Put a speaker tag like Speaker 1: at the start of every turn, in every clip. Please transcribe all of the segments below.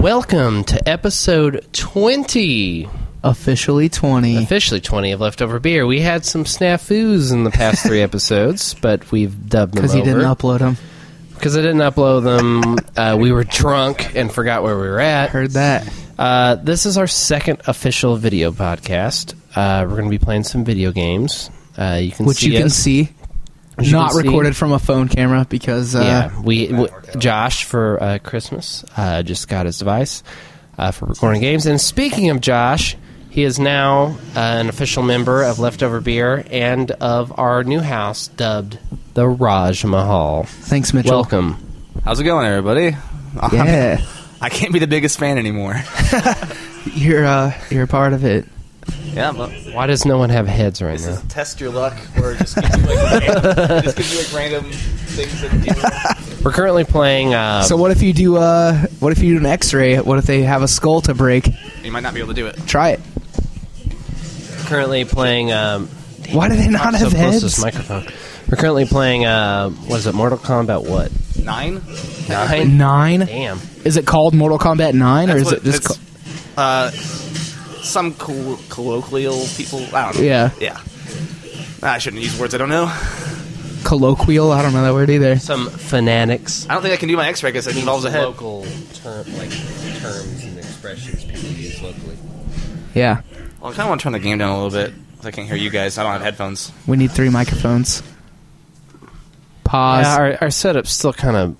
Speaker 1: welcome to episode 20,
Speaker 2: Officially 20.
Speaker 1: officially 20 of Leftover Beer. We had some snafus in the past three episodes, but we've dubbed them
Speaker 2: Because he didn't
Speaker 1: over.
Speaker 2: upload them.
Speaker 1: because I didn't upload them. uh, we were drunk and forgot where we were at.
Speaker 2: Heard that.
Speaker 1: Uh, this is our second official video podcast. Uh, we're going to be playing some video games. Uh, you can
Speaker 2: Which
Speaker 1: see
Speaker 2: you can
Speaker 1: us.
Speaker 2: see.
Speaker 1: Which you
Speaker 2: Not
Speaker 1: can see.
Speaker 2: recorded from a phone camera because uh,
Speaker 1: yeah, we w- Josh for uh, Christmas uh, just got his device uh, for recording games. And speaking of Josh, he is now uh, an official member of Leftover Beer and of our new house dubbed the Raj Mahal.
Speaker 2: thanks, Mitchell.
Speaker 1: Welcome.
Speaker 3: How's it going, everybody?
Speaker 2: Yeah,
Speaker 3: I can't be the biggest fan anymore.
Speaker 2: you're uh, you're a part of it.
Speaker 3: yeah, but
Speaker 1: Why does no one have heads right now?
Speaker 3: test your luck, or just gives you like random, just gives you like random things that
Speaker 1: We're currently playing. Uh,
Speaker 2: So what if you do uh, what if you do an X-ray? What if they have a skull to break?
Speaker 3: do. You might not be able to do it.
Speaker 2: Try it.
Speaker 1: currently playing. Um,
Speaker 2: Why do they not
Speaker 1: so
Speaker 2: have
Speaker 1: close to
Speaker 2: heads?
Speaker 1: this microphone. We're currently playing. Uh, what is it? Mortal Kombat. What?
Speaker 3: Nine.
Speaker 1: Nine.
Speaker 2: Nine?
Speaker 1: Damn.
Speaker 2: Is it called Mortal Kombat Nine, or
Speaker 3: That's
Speaker 2: is
Speaker 3: what-
Speaker 2: it
Speaker 3: that's-
Speaker 2: just? ca-
Speaker 3: Uh, some coll- colloquial people. I don't know.
Speaker 2: Yeah.
Speaker 3: Yeah. I shouldn't use words I don't know.
Speaker 2: colloquial? I don't know that word either.
Speaker 1: Some fanatics.
Speaker 3: I don't think I can do my X-ray because it involves a head.
Speaker 1: local term, like terms and expressions people use locally.
Speaker 2: Yeah,
Speaker 3: Well, I kind of want to turn the game down a little bit. 'cause I can't hear you guys. I don't have headphones.
Speaker 2: we need three microphones. Pause.
Speaker 1: Yeah, our, our setup's still kind of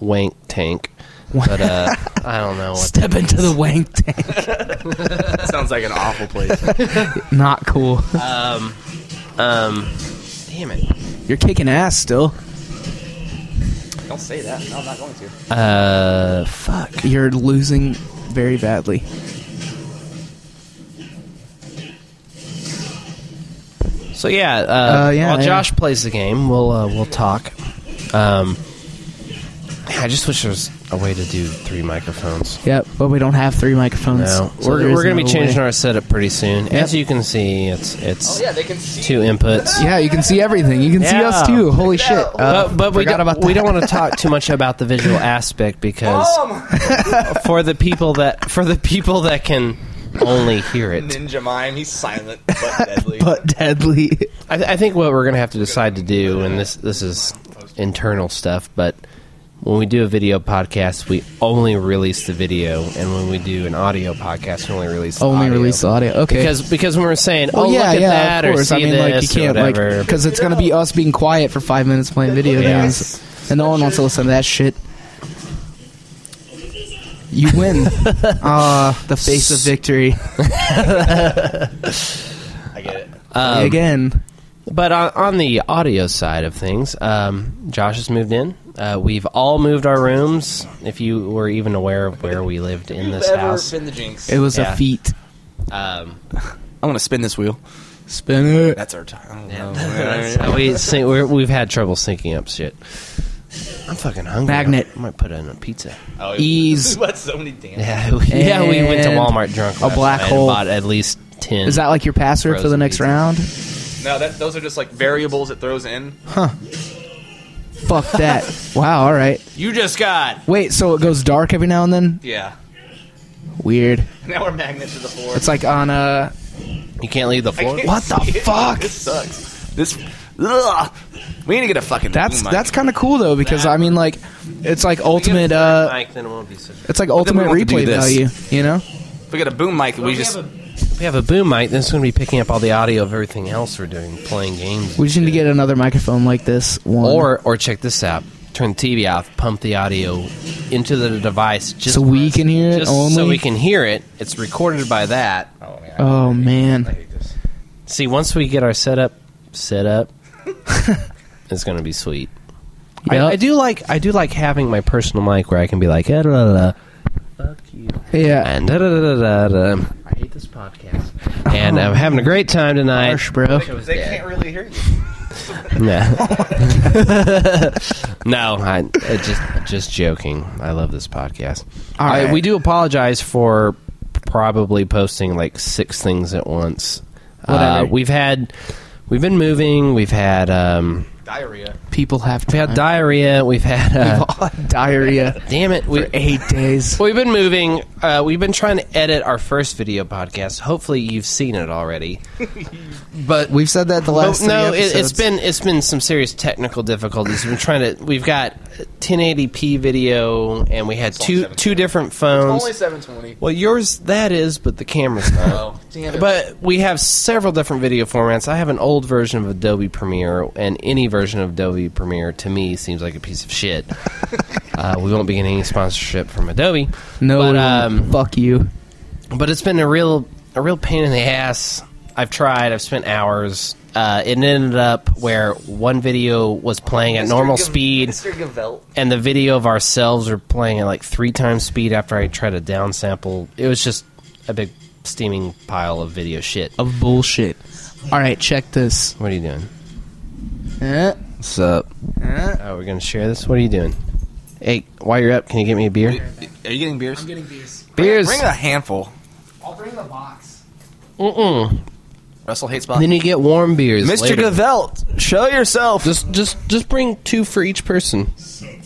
Speaker 1: wank tank, but uh, I don't know. What
Speaker 2: Step into the wank tank.
Speaker 3: That sounds like an awful place.
Speaker 2: Not cool.
Speaker 1: Damn it!
Speaker 2: You're kicking ass still.
Speaker 3: don't say that. No, I'm not going to.
Speaker 1: Uh, fuck.
Speaker 2: You're losing very badly.
Speaker 1: So yeah, uh,
Speaker 2: Uh, yeah,
Speaker 1: while
Speaker 2: yeah.
Speaker 1: Josh plays the game, we'll uh, we'll talk. Um, I just wish there was a way to do three microphones.
Speaker 2: Yep, but we don't have three microphones.
Speaker 1: No,
Speaker 2: so eh?
Speaker 1: we're,
Speaker 2: there
Speaker 1: we're
Speaker 2: is
Speaker 1: going to
Speaker 2: no
Speaker 1: be changing
Speaker 2: way.
Speaker 1: our setup pretty soon. As you can see, it's it's
Speaker 3: Oh yeah, they can see.
Speaker 1: two inputs.
Speaker 2: Yeah, you can see everything. You can see
Speaker 1: Yeah.
Speaker 2: us too. Holy
Speaker 3: Check
Speaker 2: shit!
Speaker 3: it out.
Speaker 2: Uh,
Speaker 1: but but we
Speaker 2: forgot
Speaker 1: don't,
Speaker 2: about
Speaker 1: we
Speaker 2: that.
Speaker 1: don't want to talk too much about the visual aspect because
Speaker 3: Mom!
Speaker 1: for the people that for the people that can only hear it,
Speaker 3: Ninja mime. He's silent but deadly.
Speaker 2: But deadly.
Speaker 1: I, I think what we're gonna have to decide to do, and this this is internal stuff, but when we do a video podcast, we only release the video, and when we do an audio podcast, we only release the
Speaker 2: Only
Speaker 1: audio.
Speaker 2: release the audio. Okay.
Speaker 1: because because when we're saying
Speaker 2: well,
Speaker 1: oh
Speaker 2: yeah,
Speaker 1: look at
Speaker 2: yeah,
Speaker 1: that
Speaker 2: of
Speaker 1: or
Speaker 2: course.
Speaker 1: see
Speaker 2: I mean,
Speaker 1: this
Speaker 2: like you can't
Speaker 1: or
Speaker 2: like
Speaker 1: whatever,
Speaker 2: because it's gonna be us being quiet for five minutes playing video
Speaker 3: Yeah.
Speaker 2: games, and no one wants to listen to that shit. You win. Ah, the face of victory
Speaker 3: I get it.
Speaker 1: um,
Speaker 2: again.
Speaker 1: But on, on the audio side of things, um, Josh has moved in. Uh, we've all moved our rooms. If you were even aware of where we lived in this house,
Speaker 3: been the jinx?
Speaker 2: It was
Speaker 1: Yeah.
Speaker 2: a feat.
Speaker 1: um,
Speaker 3: I want to spin this wheel.
Speaker 2: Spin it.
Speaker 3: That's our time.
Speaker 1: so we syn- we're, we've had trouble syncing up shit. I'm fucking hungry.
Speaker 2: Magnet.
Speaker 1: I might put in a pizza.
Speaker 3: Oh,
Speaker 2: Ease.
Speaker 3: What so many damn?
Speaker 1: Yeah, we, yeah. We went to
Speaker 2: And
Speaker 1: Walmart drunk.
Speaker 2: a
Speaker 1: last
Speaker 2: black
Speaker 1: night and
Speaker 2: hole.
Speaker 1: Bought at least ten.
Speaker 2: Is that like your password for the
Speaker 1: Frozen
Speaker 2: next
Speaker 1: pizza.
Speaker 2: round?
Speaker 3: No, that, those are just like variables it throws in.
Speaker 2: Fuck that. wow, all right.
Speaker 3: You just got.
Speaker 2: Wait, so it goes dark every now and then?
Speaker 3: Yeah.
Speaker 2: Weird.
Speaker 3: Now we're magnets to the floor.
Speaker 2: It's like on uh, a.
Speaker 1: you can't leave the
Speaker 3: I
Speaker 1: floor?
Speaker 3: can't
Speaker 2: What the
Speaker 3: see it.
Speaker 2: fuck?
Speaker 3: This sucks. This. Ugh. We need to get a fucking.
Speaker 2: That's
Speaker 3: boom mic.
Speaker 2: that's kind of cool though because I mean like it's like ultimate uh
Speaker 1: Mike, then it won't be such.
Speaker 2: it's like
Speaker 3: then we
Speaker 2: ultimate
Speaker 3: don't have to do
Speaker 2: replay
Speaker 3: this.
Speaker 2: value, you know?
Speaker 3: If we get a boom mic, we just.
Speaker 1: If we have a boom mic, then it's going to be picking up all the audio of everything else we're doing, playing games.
Speaker 2: We just need to get another microphone like this one.
Speaker 1: Or or check this out. Turn the TV off. Pump the audio into the device just
Speaker 2: So we can hear it
Speaker 1: just
Speaker 2: only?
Speaker 1: so we can hear it. It's recorded by that.
Speaker 3: Oh, man.
Speaker 2: Oh man.
Speaker 1: See, once we get our setup set up, it's gonna be sweet. I,
Speaker 2: Yep.
Speaker 1: I do like I do like having my personal mic where I can be like eh, da, da, da, fuck you
Speaker 2: Yeah.
Speaker 1: and da, da, da, da, da, da. I hate this podcast and I'm having a great time tonight.
Speaker 2: Harsh, bro.
Speaker 3: They, they can't really hear you.
Speaker 1: Yeah. no, I uh, just just joking. I love this podcast.
Speaker 2: All
Speaker 1: I-
Speaker 2: right.
Speaker 1: we do apologize for probably posting like six things at once. Uh,
Speaker 2: Whatever.
Speaker 1: we've had we've been moving. We've had um,
Speaker 3: Diarrhea.
Speaker 2: people have
Speaker 1: We've had
Speaker 2: time.
Speaker 1: diarrhea. We've had.
Speaker 2: We've
Speaker 1: Uh,
Speaker 2: all had diarrhea
Speaker 1: damn it. We,
Speaker 2: for eight days.
Speaker 1: Well, We've been moving. Uh, we've been trying to edit our first video podcast. Hopefully, you've seen it already. But
Speaker 2: We've said that the last.
Speaker 1: but no,
Speaker 2: three
Speaker 1: it, it's
Speaker 2: episodes.
Speaker 1: been it's been some serious technical difficulties. We're trying to. We've got 1080p video, and we had
Speaker 4: only
Speaker 1: two
Speaker 4: 720.
Speaker 1: two different phones.
Speaker 4: Only 720.
Speaker 1: well, yours that is, but the camera's not.
Speaker 4: Oh, damn it.
Speaker 1: But we have several different video formats. I have an old version of Adobe Premiere, and any version of Adobe Premiere to me seems like a piece of shit. uh, we won't be getting any sponsorship from Adobe.
Speaker 2: no.
Speaker 1: but,
Speaker 2: we won't.
Speaker 1: um,
Speaker 2: fuck you.
Speaker 1: but it's been a real a real pain in the ass. I've tried. I've spent hours. Uh, it ended up where one video was playing at
Speaker 4: Mr.
Speaker 1: normal
Speaker 4: Gav-
Speaker 1: speed,
Speaker 4: Mr. Gavelt.
Speaker 1: and the video of ourselves were playing at like three times speed after I tried to downsample. It was just a big steaming pile of video shit.
Speaker 2: Of bullshit. All right, check this.
Speaker 1: What are you doing?
Speaker 2: Eh,
Speaker 5: What's up?
Speaker 2: eh.
Speaker 1: Oh, we're gonna share this. What are you doing? Hey, while you're up, can you get me a beer?
Speaker 4: Are you getting beers?
Speaker 2: getting beers.
Speaker 1: Beers.
Speaker 4: Bring a handful.
Speaker 2: I'll bring the box.
Speaker 1: Mm-mm.
Speaker 4: Russell hates
Speaker 1: Then you get warm beers.
Speaker 5: Mr.
Speaker 1: later.
Speaker 5: Gavelt, show yourself.
Speaker 1: Just, just, just bring two for each person.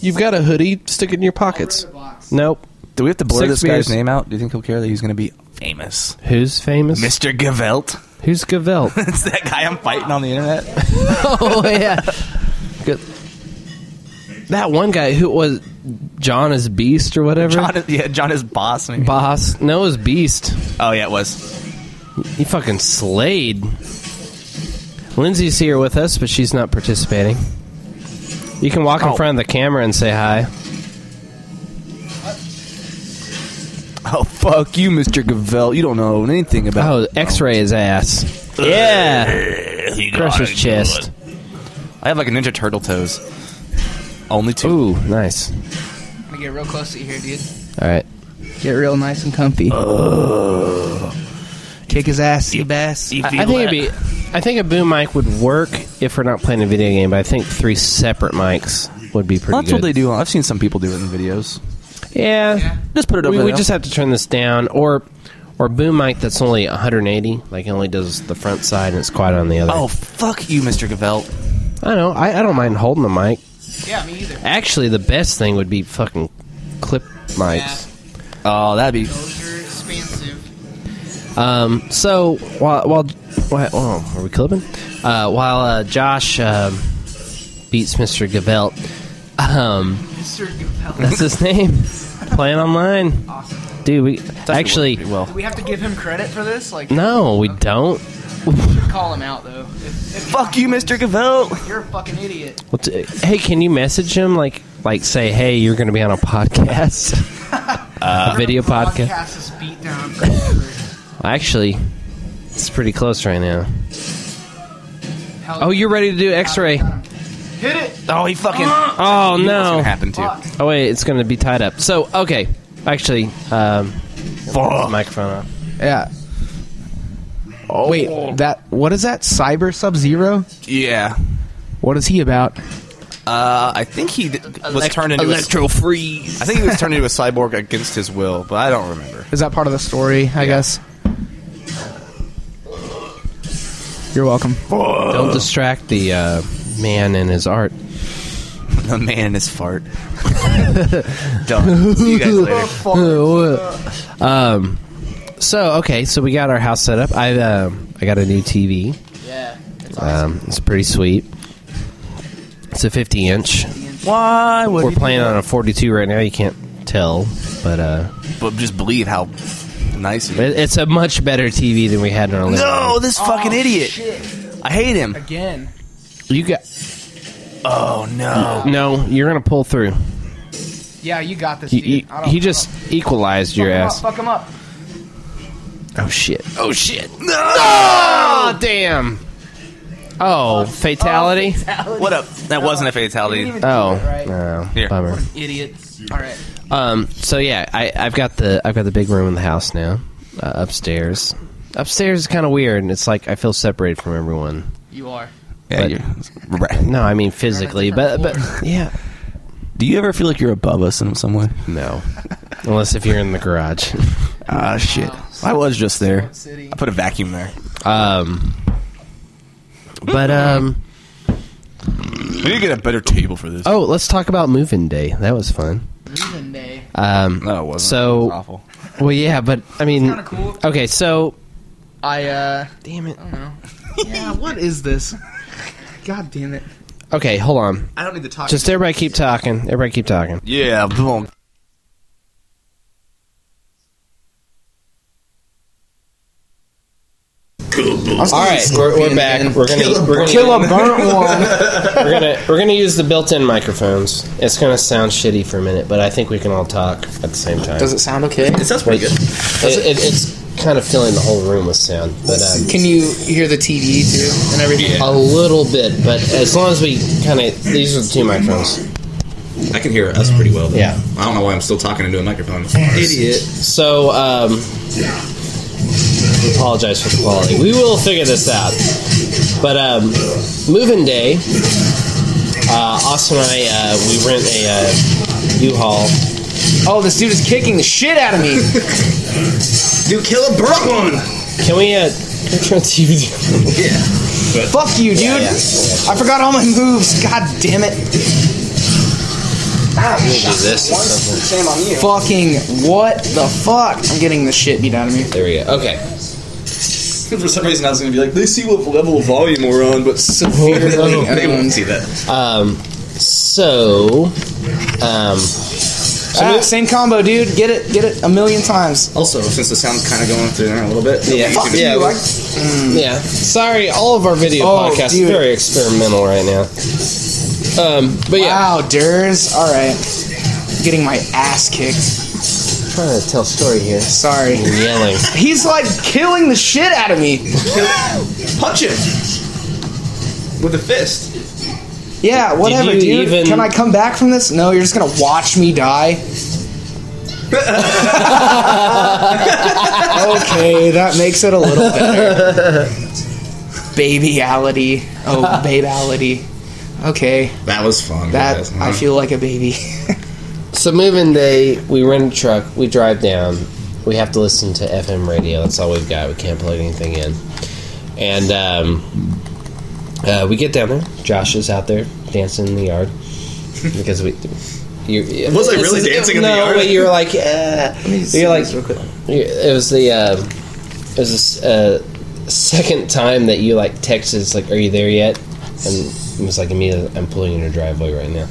Speaker 1: You've got a hoodie. Stick it in your pockets.
Speaker 2: box.
Speaker 1: Nope.
Speaker 5: Do we have to blur
Speaker 1: Six
Speaker 5: this
Speaker 1: beers.
Speaker 5: guy's name out? Do you think he'll care that he's going to be famous?
Speaker 1: Who's famous?
Speaker 5: Mr. Gavelt?
Speaker 1: Who's Gavelt?
Speaker 5: it's that guy I'm fighting on the internet.
Speaker 2: oh yeah.
Speaker 1: Good. That one guy who was John is Beast or whatever.
Speaker 5: John is, yeah, John is boss. Maybe.
Speaker 1: Boss. No, it was Beast.
Speaker 5: Oh, yeah, it was.
Speaker 1: He fucking slayed. Lindsay's here with us, but she's not participating. You can walk in
Speaker 5: Oh.
Speaker 1: front of the camera and say hi.
Speaker 5: Oh, fuck you, Mr. Gavelt. You don't know anything about
Speaker 1: Oh, X-ray his ass.
Speaker 5: Oh,
Speaker 1: Yeah,
Speaker 5: He
Speaker 1: crush
Speaker 5: got
Speaker 1: his
Speaker 5: it.
Speaker 1: chest.
Speaker 5: I have like a Ninja Turtle toes. Only two.
Speaker 1: Ooh, nice.
Speaker 2: I'm gonna get real close to you here, dude.
Speaker 1: All right.
Speaker 2: Get real nice and comfy. Kick his ass, you bass.
Speaker 5: If
Speaker 1: I,
Speaker 5: you
Speaker 1: I think
Speaker 5: let-
Speaker 1: it'd be. I think a boom mic would work if we're not playing a video game, but I think three separate mics would be pretty
Speaker 5: Well, that's
Speaker 1: good.
Speaker 5: what they do. I've seen some people do it in videos.
Speaker 1: Yeah.
Speaker 5: Just put it over
Speaker 1: We,
Speaker 5: there.
Speaker 1: we just have to turn this down, or or boom mic that's only 180, like it only does the front side and it's quiet on the other.
Speaker 5: Oh, fuck you, Mr. Gavelt.
Speaker 1: I know. I, I don't mind holding the mic.
Speaker 4: Yeah, me either.
Speaker 1: Actually, the best thing would be fucking clip mics.
Speaker 5: Oh, that'd be.
Speaker 4: Those are expensive.
Speaker 1: Um, so while while, while oh, are we clipping? Uh, while uh, Josh um, beats Mr. Gavelt, um,
Speaker 2: Mr. Gavell.
Speaker 1: that's his name. Playing online,
Speaker 2: Awesome.
Speaker 1: dude. We actually
Speaker 5: Well.
Speaker 2: we have to give him credit for this? Like,
Speaker 1: no, we don't.
Speaker 2: call him out though. If, if
Speaker 5: Fuck you, Mr. Gavelt.
Speaker 2: you're a fucking idiot.
Speaker 1: What's, hey, can you message him? Like, like say, hey, you're going to be on a podcast, a video podcast.
Speaker 2: is beat down. forever.
Speaker 1: Actually, it's pretty close right now.
Speaker 2: Hell,
Speaker 1: Oh, you're ready to do X-ray?
Speaker 2: Hit it.
Speaker 5: Oh, he fucking.
Speaker 1: Oh no!
Speaker 5: happened to.
Speaker 2: Fuck.
Speaker 1: Oh wait, it's going to be tied up. So okay, actually, um,
Speaker 5: Fuck.
Speaker 1: microphone off.
Speaker 2: Yeah. Oh. Wait, that what is that? Cyber Sub Zero?
Speaker 5: Yeah.
Speaker 2: What is he about?
Speaker 5: Uh, I think he did, was turned into electro freeze. I think he was turned into a cyborg against his will, but I don't remember.
Speaker 2: Is that part of the story? I guess. You're welcome.
Speaker 1: Don't distract the uh, man and his art.
Speaker 5: The man is fart. Done. See you guys later.
Speaker 1: Um, so okay, so we got our house set up. I um, I got a new TV.
Speaker 2: Yeah.
Speaker 1: Um, it's pretty sweet. It's a 50 inch.
Speaker 5: Why would
Speaker 1: We're
Speaker 5: he do
Speaker 1: playing
Speaker 5: that?
Speaker 1: on a 42 right now. You can't tell, but uh,
Speaker 5: But just believe how nice he is.
Speaker 1: it- it's a much better TV than we had in our living
Speaker 5: No,
Speaker 1: room.
Speaker 5: this fucking idiot. I hate him.
Speaker 2: Again.
Speaker 1: You got
Speaker 5: Oh no.
Speaker 1: no. You're gonna pull through.
Speaker 2: Yeah, you got this.
Speaker 1: You,
Speaker 2: dude.
Speaker 1: you-
Speaker 2: I don't-
Speaker 1: he just equalized
Speaker 2: fuck
Speaker 1: your
Speaker 2: him
Speaker 1: ass.
Speaker 2: Up, fuck him up.
Speaker 1: Oh shit.
Speaker 5: Oh shit. No.
Speaker 1: Oh damn. Oh fatality.
Speaker 5: What up? That wasn't a fatality.
Speaker 1: Oh
Speaker 2: Right.
Speaker 1: no.
Speaker 5: Here.
Speaker 1: Bummer.
Speaker 2: Idiot. All right.
Speaker 1: Um. So yeah, I, I've got the I've got the big room in the house now, uh, upstairs. Upstairs is kind of weird, and it's like I feel separated from everyone.
Speaker 2: You are.
Speaker 5: Yeah,
Speaker 1: But-
Speaker 5: you're, right.
Speaker 1: No, I mean physically, but but yeah,
Speaker 5: Do you ever feel like you're above us in some way?
Speaker 1: no. Unless if you're in the garage.
Speaker 5: Ah shit. I was just there.
Speaker 2: City.
Speaker 5: I put a vacuum there.
Speaker 1: Um. But um.
Speaker 6: We need to get a better table for this.
Speaker 1: Oh, let's talk about moving day. That was fun.
Speaker 2: Even day.
Speaker 1: Um,
Speaker 6: No, it wasn't.
Speaker 1: So,
Speaker 6: It was awful.
Speaker 1: well, yeah, but I mean,
Speaker 2: kinda cool.
Speaker 1: okay, so
Speaker 2: I uh.
Speaker 1: damn it.
Speaker 2: I don't know. Yeah. What is this? God damn it!
Speaker 1: Okay, hold on.
Speaker 2: I don't need to talk.
Speaker 1: Just everybody keep talking. Everybody keep talking.
Speaker 6: Yeah, boom.
Speaker 1: All right, we're, we're back. We're gonna kill a, we're kill a burnt one. we're gonna we're gonna use the built-in microphones. It's gonna sound shitty for a minute, but I think we can all talk at the same time.
Speaker 2: Does it sound okay?
Speaker 6: It sounds pretty good.
Speaker 1: It, it, it's kind of filling the whole room with sound, but um,
Speaker 2: Can you hear the TV too and everything?
Speaker 1: a little bit. But as long as we kind of these are the two microphones.
Speaker 5: I can hear us pretty well. Though.
Speaker 1: Yeah.
Speaker 5: I don't know why I'm still talking into a microphone.
Speaker 2: Idiot.
Speaker 1: So um, we apologize for the quality. We will figure this out. But um, moving day, uh, Austin and I uh, we rent a uh, U-Haul.
Speaker 2: Oh, this dude is kicking the shit out of me.
Speaker 5: Dude, kill a burnt one.
Speaker 1: Can we uh, can we turn the TV? down?
Speaker 2: Fuck you, dude. I forgot all my moves. God damn it.
Speaker 1: Can we do this? or something?
Speaker 2: Fucking what the fuck? I'm getting the shit beat out of me.
Speaker 1: There we go. Okay.
Speaker 7: For some reason, I was going to be like, they see what level of volume we're on, but severely.
Speaker 5: They won't see that.
Speaker 1: Um, so um,
Speaker 2: Ah, same combo, dude. Get it, get it a million times.
Speaker 5: Also, since the sound's kind of going through there a little bit.
Speaker 1: yeah,
Speaker 2: Fuck
Speaker 1: yeah,
Speaker 2: you. I,
Speaker 1: yeah. Sorry, all of our video
Speaker 2: Oh,
Speaker 1: podcasts
Speaker 2: dude.
Speaker 1: are very experimental right now. Um, but yeah,
Speaker 2: Wow, Durs. All right. Getting my ass kicked.
Speaker 1: trying to tell a story here.
Speaker 2: Sorry.
Speaker 1: Yelling.
Speaker 2: He's like killing the shit out of me.
Speaker 7: Punch him! With a fist.
Speaker 2: Yeah, whatever,
Speaker 1: you
Speaker 2: dude.
Speaker 1: even-
Speaker 2: Can I come back from this? No, you're just gonna watch me die. okay, that makes it a little better. Babyality. Oh, babality. Okay,
Speaker 5: That was fun.
Speaker 2: that
Speaker 5: guys, huh?
Speaker 2: I feel like a baby.
Speaker 1: So moving day, we rent a truck, we drive down, we have to listen to FM radio. That's all we've got. We can't plug anything in. And um, uh, we get down there. Josh is out there dancing in the yard because we. You,
Speaker 5: Was I
Speaker 1: this
Speaker 5: really dancing in the
Speaker 1: no,
Speaker 5: yard?
Speaker 1: but you're like, eh. you're like, you- it was the, uh, it was this, uh, second time that you like texted, it's like, "Are you there yet?" And it was like immediately, "I'm pulling in your driveway right now."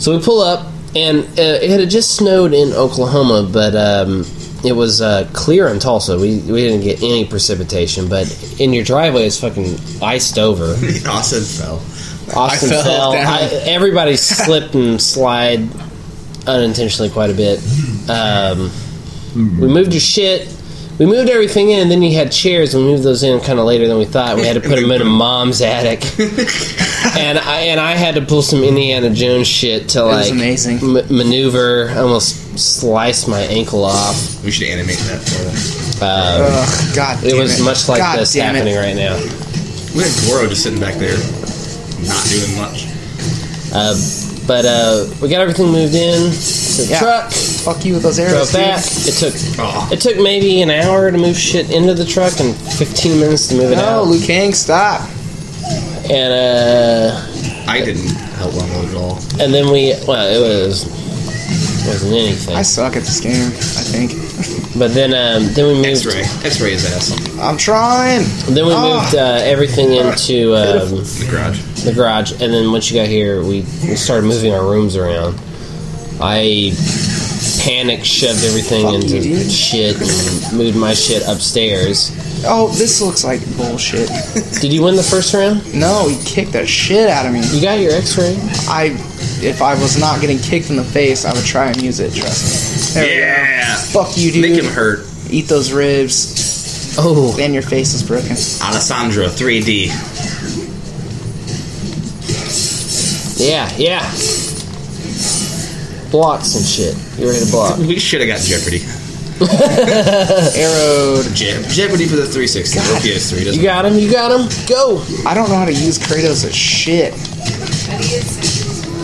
Speaker 1: So we pull up, and uh, it had just snowed in Oklahoma, but um, it was uh, clear in Tulsa. We, we didn't get any precipitation, but in your driveway, it's fucking iced over.
Speaker 5: Austin fell.
Speaker 1: Austin
Speaker 8: fell
Speaker 1: fell.
Speaker 8: down.
Speaker 1: I, everybody slipped and slide unintentionally quite a bit. Um, we moved your shit. We moved everything in, and then you had chairs. We moved those in kind of later than we thought. We had to put them in a mom's attic, and I and I had to pull some Indiana Jones shit to
Speaker 2: was
Speaker 1: like
Speaker 2: amazing.
Speaker 1: ma- maneuver. I Almost sliced my ankle off.
Speaker 5: We should animate that for them.
Speaker 2: Ugh, God damn
Speaker 1: uh, It was much like
Speaker 2: God
Speaker 1: this
Speaker 2: damn it.
Speaker 1: happening right now.
Speaker 5: We had Goro just sitting back there, not doing much.
Speaker 1: Uh, but uh, we got everything moved in to the
Speaker 2: Yeah.
Speaker 1: truck.
Speaker 2: Fuck you with those
Speaker 1: drove
Speaker 2: arrows, dude.
Speaker 1: back. It took
Speaker 5: Oh.
Speaker 1: it took maybe an hour to move shit into the truck and 15 minutes to move it
Speaker 2: No,
Speaker 1: out.
Speaker 2: Liu Kang, stop.
Speaker 1: And uh,
Speaker 5: I didn't help Rumble at all.
Speaker 1: and then we well it was it wasn't anything.
Speaker 2: I suck at this game. I think
Speaker 1: But then um, then we moved
Speaker 5: X-ray. X-ray is ass.
Speaker 2: I'm trying.
Speaker 1: then we
Speaker 2: Ah.
Speaker 1: moved uh, everything into um,
Speaker 5: The garage.
Speaker 9: Mm-hmm.
Speaker 1: the garage. And then once you got here, we we started moving our rooms around. I panic shoved everything
Speaker 2: Fuck
Speaker 1: into
Speaker 2: you, dude.
Speaker 1: shit and moved my shit upstairs.
Speaker 2: Oh, this looks like bullshit.
Speaker 1: Did you win the first round?
Speaker 2: No, he kicked the shit out of me.
Speaker 1: You got your X-ray.
Speaker 2: I, if I was not getting kicked in the face, I would try and use it. Trust me. There
Speaker 5: Yeah.
Speaker 2: we go. Fuck you,
Speaker 5: Make
Speaker 2: dude.
Speaker 5: him hurt.
Speaker 2: Eat those ribs.
Speaker 1: Oh,
Speaker 2: Then your face is broken.
Speaker 5: Alessandro 3D.
Speaker 1: Yeah, yeah. Blocks and shit. You ready to block?
Speaker 5: We should have got Jeopardy.
Speaker 2: Arrowed.
Speaker 5: Je- Jeopardy for the 360. Or PS3 doesn't.
Speaker 1: You got him. You got him. Go.
Speaker 2: I don't know how to use Kratos as shit.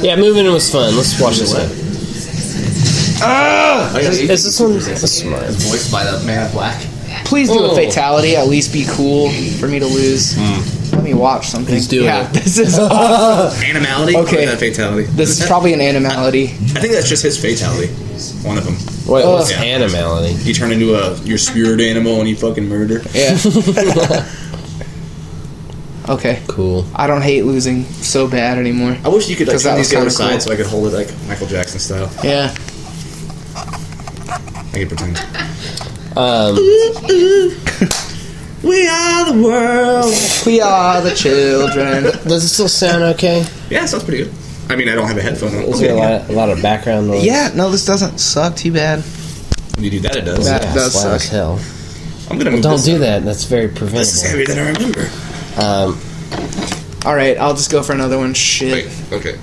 Speaker 1: Yeah, moving in was fun. Let's watch this one.
Speaker 2: Ah!
Speaker 5: Oh, yeah,
Speaker 1: Is this one? This is smart.
Speaker 5: It's voiced by the man in black.
Speaker 2: Please do
Speaker 1: Oh.
Speaker 5: Hmm.
Speaker 2: a fatality. At least be cool for me to lose. Let me watch something.
Speaker 5: He's doing
Speaker 2: yeah,
Speaker 5: it.
Speaker 2: this is
Speaker 5: Animality?
Speaker 2: Okay.
Speaker 5: Or that fatality?
Speaker 2: this is probably an animality.
Speaker 5: I think that's just his fatality. One of them.
Speaker 10: Wait,
Speaker 2: Oh.
Speaker 10: what's
Speaker 5: Yeah.
Speaker 10: animality?
Speaker 5: You turn into a your spirit animal and you fucking murder.
Speaker 2: Yeah. okay.
Speaker 10: Cool.
Speaker 2: I don't hate losing so bad anymore.
Speaker 5: I wish you could like
Speaker 2: 'Cause that
Speaker 5: turn
Speaker 2: was
Speaker 5: these the other
Speaker 2: kinda
Speaker 5: side
Speaker 2: cool.
Speaker 5: so I could hold it like Michael Jackson style.
Speaker 2: Yeah.
Speaker 5: I could pretend.
Speaker 1: Um,
Speaker 2: We are the world. We are the children.
Speaker 1: Does it still sound okay?
Speaker 5: Yeah, sounds pretty good. I mean, I don't have a headphone on.
Speaker 1: Is
Speaker 5: Okay,
Speaker 1: there a
Speaker 5: yeah.
Speaker 1: lot, a lot of background noise?
Speaker 2: Yeah, no, this doesn't suck too bad.
Speaker 5: When you do that, it does.
Speaker 2: That
Speaker 1: Yeah,
Speaker 2: does
Speaker 1: it's loud
Speaker 2: suck.
Speaker 1: as hell.
Speaker 5: I'm gonna move
Speaker 1: Don't
Speaker 5: this
Speaker 1: do
Speaker 5: up.
Speaker 1: that. That's very
Speaker 5: This is
Speaker 1: preventable.
Speaker 5: heavier than I remember.
Speaker 1: Um,
Speaker 2: All right, I'll just go for another one. Shit.
Speaker 5: Wait, okay.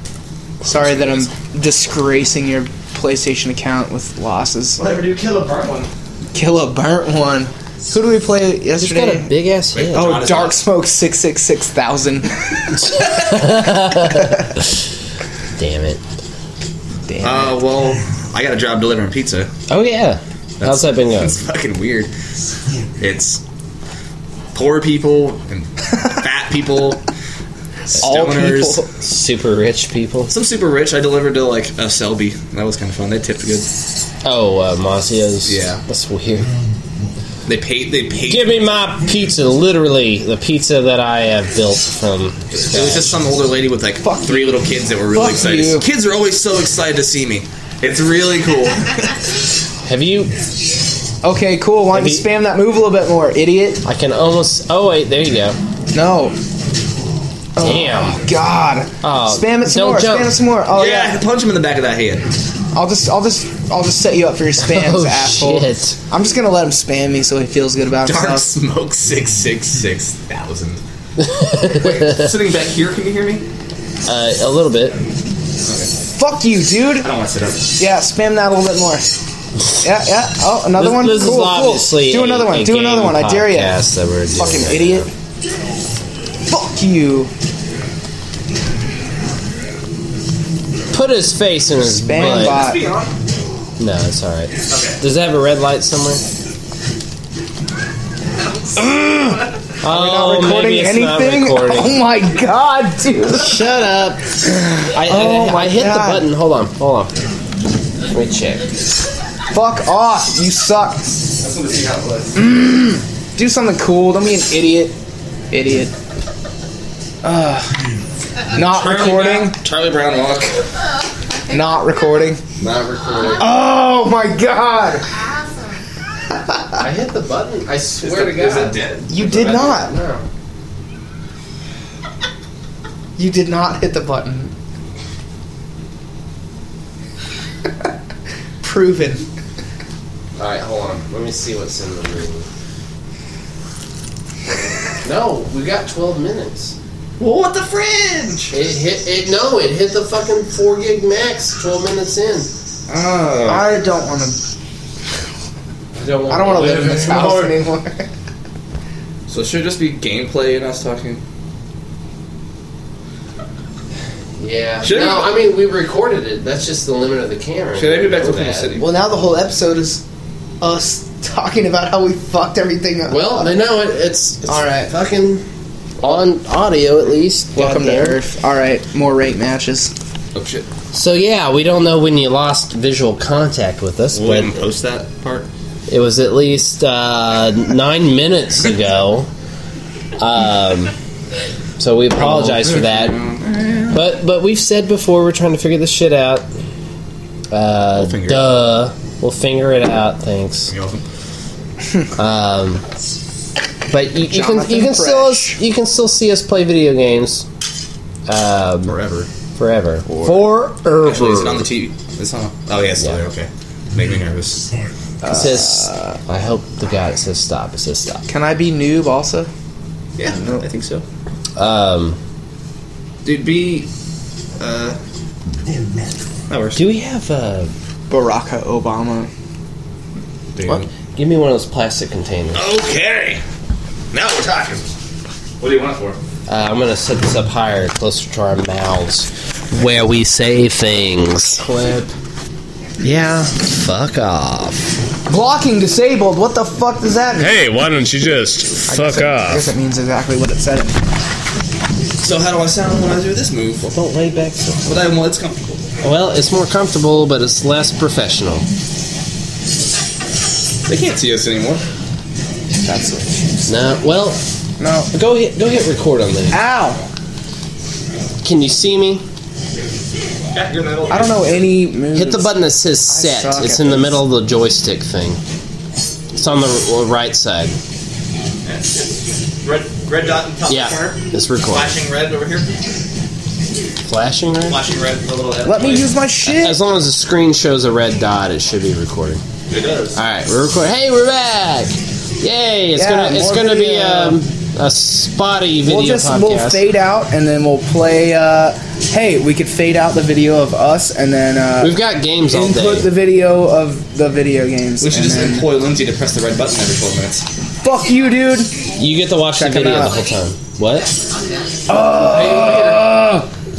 Speaker 2: Sorry that I'm disgracing your PlayStation account with losses.
Speaker 10: Whatever, do kill a burnt one.
Speaker 2: Kill a burnt one. Who do we play
Speaker 1: he's got a
Speaker 2: yesterday?
Speaker 1: big ass head.
Speaker 2: Oh,
Speaker 5: John is
Speaker 2: Dark
Speaker 5: up.
Speaker 2: Smoke six six six thousand.
Speaker 1: Damn it.
Speaker 2: Damn.
Speaker 5: Uh, well, I got a job delivering pizza.
Speaker 1: Oh yeah. How's that been going?
Speaker 5: It's fucking weird. It's poor people and fat
Speaker 2: All
Speaker 5: people, stoners.
Speaker 2: people.
Speaker 1: Super rich people.
Speaker 5: Some super rich. I delivered to like a Selby. That was kind of fun. They tipped good.
Speaker 1: Oh, uh, Mazio's.
Speaker 5: Yeah.
Speaker 1: That's weird.
Speaker 5: They paid. They paid.
Speaker 1: Give me my pizza. Literally, the pizza that I have built from
Speaker 5: It was just some older lady with like three little kids that were really
Speaker 2: Fuck
Speaker 5: excited.
Speaker 2: you.
Speaker 5: Kids are always so excited to see me. It's really cool.
Speaker 1: Have you?
Speaker 2: Okay, cool. Why don't you
Speaker 1: Maybe-
Speaker 2: spam that move a little bit more, idiot?
Speaker 1: I can almost. Oh wait, there you go.
Speaker 2: No. Oh,
Speaker 1: Damn.
Speaker 2: God.
Speaker 1: Oh,
Speaker 2: spam it some
Speaker 1: don't
Speaker 2: more.
Speaker 1: jump.
Speaker 2: Spam it some more. Oh
Speaker 5: yeah,
Speaker 2: yeah.
Speaker 5: punch him in the back of that head.
Speaker 2: I'll just, I'll just, I'll just set you up for your spams,
Speaker 1: Oh
Speaker 2: asshole.
Speaker 1: shit.
Speaker 2: I'm just gonna let him spam me so he feels good about
Speaker 5: Dark
Speaker 2: himself.
Speaker 5: smoke six six six thousand. sitting back here, can you hear me?
Speaker 1: Uh, a little bit.
Speaker 2: Fuck you, dude.
Speaker 5: I don't want to sit up.
Speaker 2: Yeah, spam that a little bit more. Yeah, yeah. Oh, another
Speaker 1: this,
Speaker 2: one.
Speaker 1: This
Speaker 2: cool,
Speaker 1: is obviously
Speaker 2: cool. Do another
Speaker 1: a-
Speaker 2: one.
Speaker 1: a
Speaker 2: Do another
Speaker 1: game
Speaker 2: one. I dare you.
Speaker 1: podcast That we're doing
Speaker 2: Fucking
Speaker 1: right
Speaker 2: idiot.
Speaker 1: now.
Speaker 2: Fuck you.
Speaker 1: Put his face in his
Speaker 2: Spam
Speaker 1: butt.
Speaker 2: bot.
Speaker 1: No, it's all right. Does it have a red light somewhere? oh,
Speaker 2: Recording
Speaker 1: maybe it's not
Speaker 2: anything?
Speaker 1: recording.
Speaker 2: Oh my god, dude.
Speaker 1: Shut up. I,
Speaker 2: Oh
Speaker 1: I,
Speaker 2: my
Speaker 1: I hit
Speaker 2: God.
Speaker 1: the button. Hold on. Hold on. Let me check.
Speaker 2: Fuck off. You suck. Mm. Do something cool. Don't be an idiot. Idiot. Ugh. Not recording.
Speaker 5: Charlie Brown walk.
Speaker 2: Not recording.
Speaker 5: Not recording.
Speaker 2: Oh my god.
Speaker 1: I hit the button. I swear
Speaker 5: Is it dead?
Speaker 2: You did not. You did not hit the button. Proven.
Speaker 1: All right, hold on. Let me see what's in the movie. No, we got 12 minutes.
Speaker 2: What the fringe?
Speaker 1: It hit. It no. It hit the fucking four gig max. 12 minutes in.
Speaker 5: Oh.
Speaker 2: I don't want to.
Speaker 1: I don't want.
Speaker 2: I don't want to live in this house anymore.
Speaker 5: So should it just be gameplay and us talking?
Speaker 1: Yeah.
Speaker 5: Should
Speaker 1: no,
Speaker 5: we-
Speaker 1: I mean we recorded it. That's just the limit of the camera.
Speaker 5: Should I be back to
Speaker 1: Know
Speaker 5: Oklahoma
Speaker 1: that.
Speaker 5: City?
Speaker 2: well, now the whole episode is us talking about how we fucked everything up.
Speaker 1: Well, they know it. It's, it's
Speaker 2: All right.
Speaker 1: Fucking on audio at least.
Speaker 2: welcome to
Speaker 1: Goddamn.
Speaker 2: Earth. All right, more rate matches.
Speaker 5: Oh shit.
Speaker 1: So yeah, we don't know when you lost visual contact with us,
Speaker 5: Will we even
Speaker 1: but
Speaker 5: post that part?
Speaker 1: it was at least uh, nine minutes ago. Um, so we apologize for that. But but we've said before we're trying to figure this shit out. Uh,
Speaker 5: figure it
Speaker 1: duh. We'll figure it out. Thanks.
Speaker 5: You welcome.
Speaker 1: Um, but you, you can
Speaker 2: Jonathan
Speaker 1: you can still
Speaker 2: Fresh.
Speaker 1: you can still see us play video games um,
Speaker 5: Forever.
Speaker 1: forever. Forever.
Speaker 5: Actually, is it on the TV? It's on. Oh yeah, it's still there. Okay. Make me nervous.
Speaker 1: It says, I hope the God it says stop. It says stop.
Speaker 2: Can I be noob also?
Speaker 5: Yeah, no, I think so.
Speaker 1: Um,
Speaker 5: Dude, be. Uh. That works.
Speaker 1: do we have uh
Speaker 2: Barack Obama.
Speaker 5: Dude.
Speaker 1: What? Give me one of those plastic containers.
Speaker 5: Okay. Now we're talking. What do you want it for?
Speaker 1: Uh, I'm gonna set this up higher, closer to our mouths, where we say things. Clip. Yeah. Fuck off.
Speaker 2: Blocking disabled. What the fuck does that mean?
Speaker 9: Hey, why don't you just
Speaker 2: I guess
Speaker 9: fuck
Speaker 2: it- I
Speaker 9: off?
Speaker 2: guess it means exactly what it said.
Speaker 9: So how do I sound when I do this move?
Speaker 1: Don't lay back. So.
Speaker 9: But then, well, it's comfortable.
Speaker 1: Well, it's more comfortable, but it's less professional.
Speaker 9: They can't see us anymore.
Speaker 2: That's it.
Speaker 1: Now, well,
Speaker 2: No.
Speaker 1: go hit go hit record on that.
Speaker 2: Ow!
Speaker 1: Can you see me?
Speaker 2: I don't know any moves.
Speaker 1: Hit the button that says
Speaker 2: I
Speaker 1: set.
Speaker 2: suck
Speaker 1: It's
Speaker 2: at
Speaker 1: in the
Speaker 2: this.
Speaker 1: middle of the joystick thing. It's on the r- right side.
Speaker 11: Red, red dot in top
Speaker 1: Yeah,
Speaker 11: corner.
Speaker 1: it's recording.
Speaker 11: Flashing red over here.
Speaker 1: Flashing, right?
Speaker 11: Flashing red. The little.
Speaker 2: Let me use my shit.
Speaker 1: As long as the screen shows a red dot, it should be recording.
Speaker 11: It does.
Speaker 1: All right, we're recording. Hey, we're back! Yay! It's
Speaker 2: Yeah,
Speaker 1: gonna it's
Speaker 2: more
Speaker 1: gonna be
Speaker 2: video.
Speaker 1: um, a spotty video
Speaker 2: We'll just
Speaker 1: podcast.
Speaker 2: we'll fade out and then we'll play. Uh, hey, we could fade out the video of us and then
Speaker 1: We've
Speaker 2: uh,
Speaker 1: got games all
Speaker 2: input
Speaker 1: day.
Speaker 2: the video of the video games.
Speaker 9: We should
Speaker 2: and
Speaker 9: just
Speaker 2: then-
Speaker 9: employ Lindsay to press the red button every 12 minutes.
Speaker 2: Fuck you, dude.
Speaker 1: you get to watch the
Speaker 2: Check 'em
Speaker 1: video the
Speaker 2: out.
Speaker 1: whole time. What?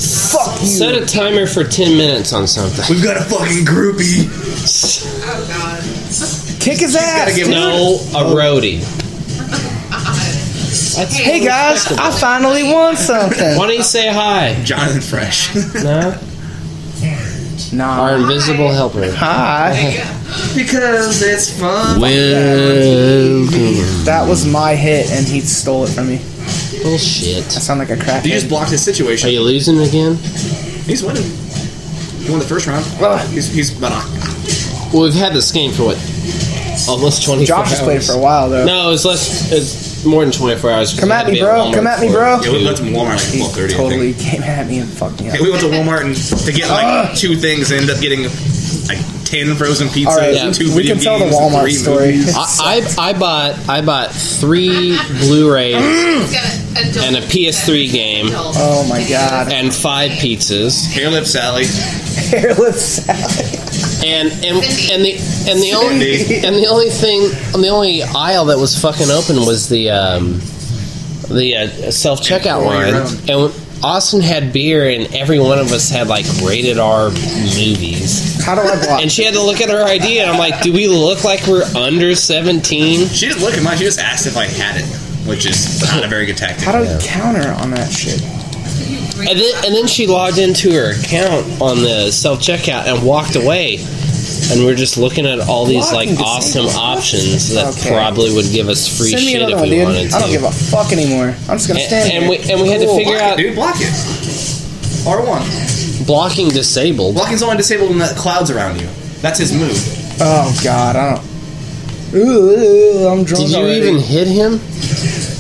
Speaker 2: Fuck you.
Speaker 1: Set a timer for ten minutes on something.
Speaker 9: We've got a fucking groupie.
Speaker 2: Kick his ass. dude.
Speaker 1: No, a roadie. That's
Speaker 2: Hey guys, I finally won something.
Speaker 1: Why don't you say hi?
Speaker 9: Jonathan Fresh.
Speaker 1: No? Our
Speaker 2: Nah.
Speaker 1: invisible helper.
Speaker 2: Hi.
Speaker 9: because it's fun.
Speaker 1: Welcome.
Speaker 2: That was my hit, and he stole it from me. I
Speaker 1: Bullshit.
Speaker 2: sound like a
Speaker 9: You just
Speaker 2: crackhead.
Speaker 9: blocked his
Speaker 1: Are
Speaker 9: situation.
Speaker 1: you losing again?
Speaker 9: He's winning. He won the first round. He's, he's about a-
Speaker 1: Well, we've had this game for what? Almost 24
Speaker 2: Josh
Speaker 1: hours.
Speaker 2: has played it for a while though.
Speaker 1: No, it's less. It's more than 24 hours. 'cause
Speaker 2: Come
Speaker 1: I
Speaker 2: at
Speaker 1: had to
Speaker 2: me,
Speaker 1: be
Speaker 2: bro.
Speaker 1: Walmart
Speaker 2: Come at me,
Speaker 1: for
Speaker 2: bro.
Speaker 1: it.
Speaker 9: Yeah, we went to Walmart like
Speaker 2: He
Speaker 9: 12:30. I think.
Speaker 2: totally came at me and fucked me up.
Speaker 9: Yeah, we went to Walmart and to get like two things. Ended up getting like ten frozen pizzas,
Speaker 2: All right,
Speaker 1: Yeah.
Speaker 9: two
Speaker 2: we
Speaker 9: video
Speaker 2: can tell the
Speaker 9: games, and
Speaker 2: Walmart
Speaker 9: three
Speaker 2: story.
Speaker 9: movies.
Speaker 1: I, I, I bought I bought three Blu-rays and a PS3 game
Speaker 2: Oh my god.
Speaker 1: and five pizzas
Speaker 9: Hair lip Sally.
Speaker 2: Hairless salad.
Speaker 1: and and, and the and the only
Speaker 9: Cindy.
Speaker 1: and the only thing and the only aisle that was fucking open was the um, the uh, self checkout
Speaker 9: Pour your
Speaker 1: line and. Austin had beer, and every one of us had like rated R movies.
Speaker 2: How do I block?
Speaker 1: And she had to look at her ID, and I'm like, "Do we look like we're under 17?"
Speaker 9: She didn't look at mine. She just asked if I had it, which is not a very good tactic.
Speaker 2: How do I counter on that shit?
Speaker 1: And then, and then she logged into her account on the self checkout and walked away. And we're just looking at all these like
Speaker 2: Walking to
Speaker 1: awesome
Speaker 2: Singapore?
Speaker 1: options that
Speaker 2: Okay.
Speaker 1: probably would give us free
Speaker 2: Send me
Speaker 1: shit
Speaker 2: another
Speaker 1: if
Speaker 2: one,
Speaker 1: we
Speaker 2: dude.
Speaker 1: wanted to.
Speaker 2: I don't give a fuck anymore. I'm just gonna
Speaker 1: And-
Speaker 2: stand
Speaker 1: and
Speaker 2: here.
Speaker 1: we- and we had to figure
Speaker 9: block
Speaker 1: out-
Speaker 9: it, dude. Block it. R one.
Speaker 1: Blocking disabled.
Speaker 9: Blocking's only disabled when the clouds around you. That's his move.
Speaker 2: Oh god, I don't. Ooh, I'm drunk
Speaker 1: Did you
Speaker 2: already.
Speaker 1: even hit him?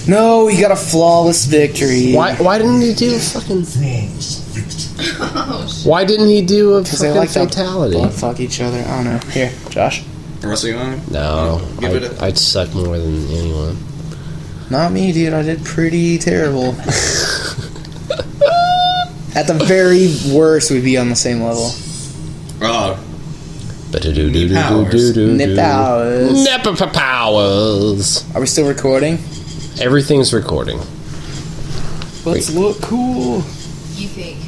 Speaker 2: No, we got a flawless victory.
Speaker 1: Why? Why didn't he do a fucking? Why didn't he do a
Speaker 2: Because they
Speaker 1: fucking
Speaker 2: like to
Speaker 1: fatality?
Speaker 2: butt fuck each other. I don't know. Here, Josh.
Speaker 9: Russell, you want?
Speaker 1: No,
Speaker 9: Give it
Speaker 1: I, I'd suck more than anyone.
Speaker 2: Not me, dude. I did pretty terrible. At the very worst, we'd be on the same level.
Speaker 9: Oh,
Speaker 1: But do do do do do
Speaker 9: Powers.
Speaker 1: do
Speaker 2: Nip hours.
Speaker 1: Nip powers.
Speaker 2: Are we still recording?
Speaker 1: Everything's recording.
Speaker 2: Let's look cool.
Speaker 12: You think?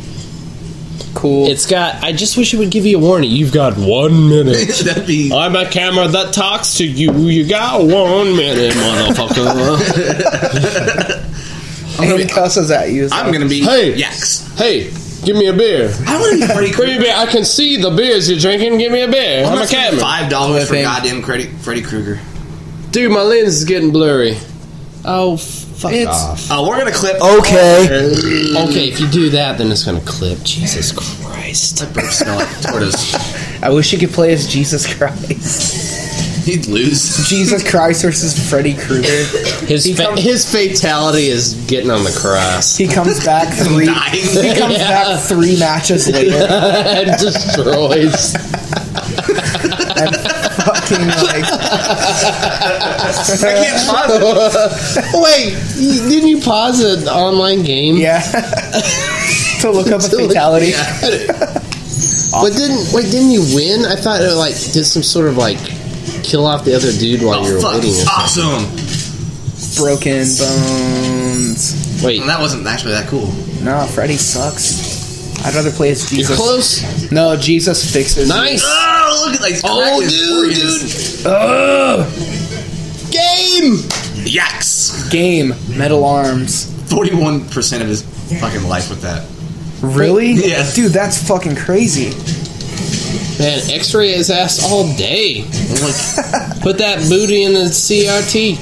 Speaker 2: Cool.
Speaker 1: It's got. I just wish it would give you a warning. You've got one minute.
Speaker 9: that'd be.
Speaker 1: I'm a camera that talks to you. You got one minute, motherfucker.
Speaker 2: and he cusses at you. so-
Speaker 9: I'm gonna be.
Speaker 1: Hey.
Speaker 9: Yaks.
Speaker 1: hey, give me a beer.
Speaker 9: I want to be
Speaker 1: Give me
Speaker 9: Freddy
Speaker 1: a
Speaker 9: Krueger.
Speaker 1: beer. I can see the beers you're drinking. Give me a beer. I'm,
Speaker 9: I'm
Speaker 1: a
Speaker 9: not
Speaker 1: camera.
Speaker 9: spending Five dollars for
Speaker 2: Thing.
Speaker 9: goddamn Freddy, Freddy Krueger.
Speaker 1: Dude, my lens is getting blurry. Oh, fuck off.
Speaker 2: It's-
Speaker 9: Uh, we're gonna clip.
Speaker 2: Okay.
Speaker 1: Okay, if you do that, then it's gonna clip. Jesus Christ.
Speaker 9: That burp smell like tortoise.
Speaker 2: I wish you could play as Jesus Christ.
Speaker 9: He'd lose.
Speaker 2: Jesus Christ versus Freddy Krueger.
Speaker 1: His fa-
Speaker 2: comes-
Speaker 1: his fatality is getting on the cross.
Speaker 2: He comes back three.
Speaker 9: Dying.
Speaker 2: He comes back three matches later
Speaker 1: It destroys.
Speaker 2: and fucking like
Speaker 9: I can't pause it.
Speaker 1: Wait, you- didn't you pause an online game?
Speaker 2: yeah. to look up a
Speaker 1: To look-
Speaker 2: fatality.
Speaker 1: But didn't wait? Didn't you win? I thought it like did some sort of like kill off the other dude while you were
Speaker 9: Oh, fuck.
Speaker 1: waiting.
Speaker 9: Awesome.
Speaker 2: Broken bones.
Speaker 1: Wait,
Speaker 9: And that wasn't actually that cool.
Speaker 2: Nah, Freddy sucks. I'd rather play as
Speaker 1: you're
Speaker 2: Jesus.
Speaker 1: close.
Speaker 2: No, Jesus fixes.
Speaker 1: Nice.
Speaker 9: Oh, look at like.
Speaker 1: Oh,
Speaker 9: crack his
Speaker 1: dude,
Speaker 9: organs.
Speaker 1: dude. Game.
Speaker 9: Yaks.
Speaker 2: Game. Metal arms.
Speaker 9: Forty-one percent of his fucking life with that.
Speaker 2: Really?
Speaker 9: Yeah.
Speaker 2: Dude, that's fucking crazy.
Speaker 1: Man, X-ray his ass all day. Like, put that booty in the CRT.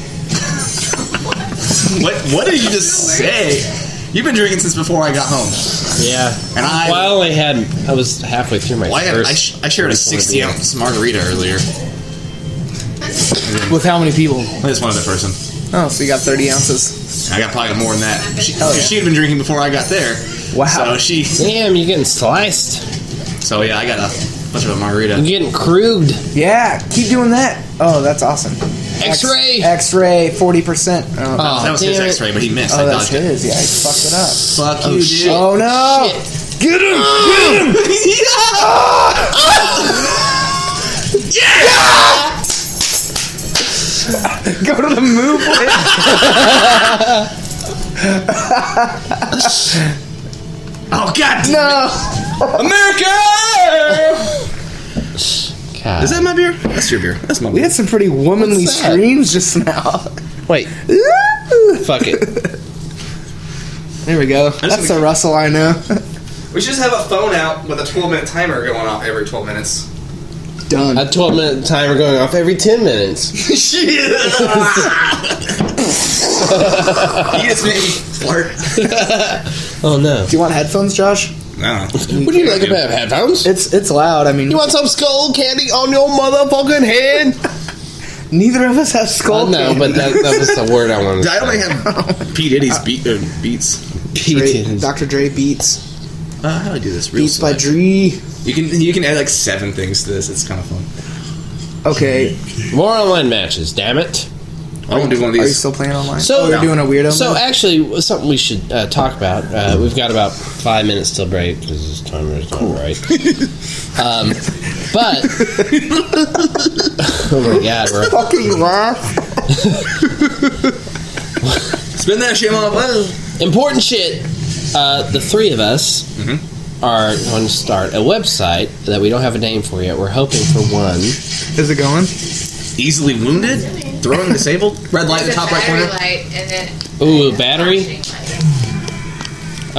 Speaker 9: What What did you just say? You've been drinking since before I got home,
Speaker 1: Yeah.
Speaker 9: and I.
Speaker 1: Well, I only had. I was halfway through my
Speaker 9: Well, I, had,
Speaker 1: first.
Speaker 9: I, sh- I shared a 60 ounce margarita earlier.
Speaker 2: With how many people?
Speaker 9: That's one other person.
Speaker 2: Oh, so you got 30 ounces.
Speaker 9: I got probably more than that. She,
Speaker 2: Hell yeah.
Speaker 9: she had been drinking before I got there.
Speaker 2: Wow.
Speaker 9: So she.
Speaker 1: Damn, you're getting sliced.
Speaker 9: So yeah, I got a bunch of a margarita.
Speaker 1: You're getting crude.
Speaker 2: Yeah, keep doing that. Oh, that's awesome. X-
Speaker 1: X-ray.
Speaker 2: X-ray, 40%. Oh,
Speaker 1: Oh,
Speaker 9: that was his
Speaker 1: damn it.
Speaker 9: X-ray, but he missed.
Speaker 2: oh,
Speaker 9: I
Speaker 2: that's
Speaker 9: dodged it.
Speaker 2: his. Yeah, he fucked it up.
Speaker 9: Fuck you, dude.
Speaker 2: Oh, no. Get him! Get him! Go to the move list.
Speaker 9: Oh god, damn
Speaker 2: No.
Speaker 9: it. America!
Speaker 13: God.
Speaker 9: Is that my beer? That's your beer. That's my
Speaker 2: We
Speaker 9: beer.
Speaker 2: had some pretty womanly
Speaker 1: What's that?
Speaker 2: screams just now.
Speaker 13: Wait,
Speaker 1: Fuck it.
Speaker 2: There we go. That's the Russell I know.
Speaker 5: We should just have a phone out with a 12 minute timer going off every 12 minutes.
Speaker 2: Done.
Speaker 1: A 12 minute timer going off every 10 minutes.
Speaker 9: You just made me flirt.
Speaker 1: Oh no.
Speaker 2: Do you want headphones, Josh?
Speaker 9: No.
Speaker 1: What do you like about headphones?
Speaker 2: It's it's loud. I mean,
Speaker 1: You want some skull candy on your motherfucking head?
Speaker 2: neither of us have skull.
Speaker 1: Oh no, but that, that was the word I wanted.
Speaker 9: I only have P Diddy's beat, uh, beats.
Speaker 2: Dre,
Speaker 1: Peaches.
Speaker 2: Dr. Dre beats
Speaker 9: Uh, how do I do this? Real
Speaker 2: beats by
Speaker 9: slow.
Speaker 2: Dre.
Speaker 9: You can you can add like seven things to this. It's kind of fun.
Speaker 2: Okay,
Speaker 1: More online matches, damn it.
Speaker 9: I won't do one of
Speaker 2: are you
Speaker 9: these.
Speaker 2: still playing online?
Speaker 1: So-
Speaker 2: oh, you're doing a weirdo.
Speaker 1: So
Speaker 2: move?
Speaker 1: actually, something we should uh, talk about. Uh, we've got about five minutes till break because this timer is not right. um, but oh my god, we're
Speaker 2: fucking laugh.
Speaker 9: Spin that shit off.
Speaker 1: important shit. Uh, the three of us are going to start a website that we don't have a name for yet. We're hoping for one.
Speaker 2: Is it going?
Speaker 9: Easily wounded, thrown, disabled. Red light in the top right corner.
Speaker 1: Ooh, a battery.
Speaker 9: Is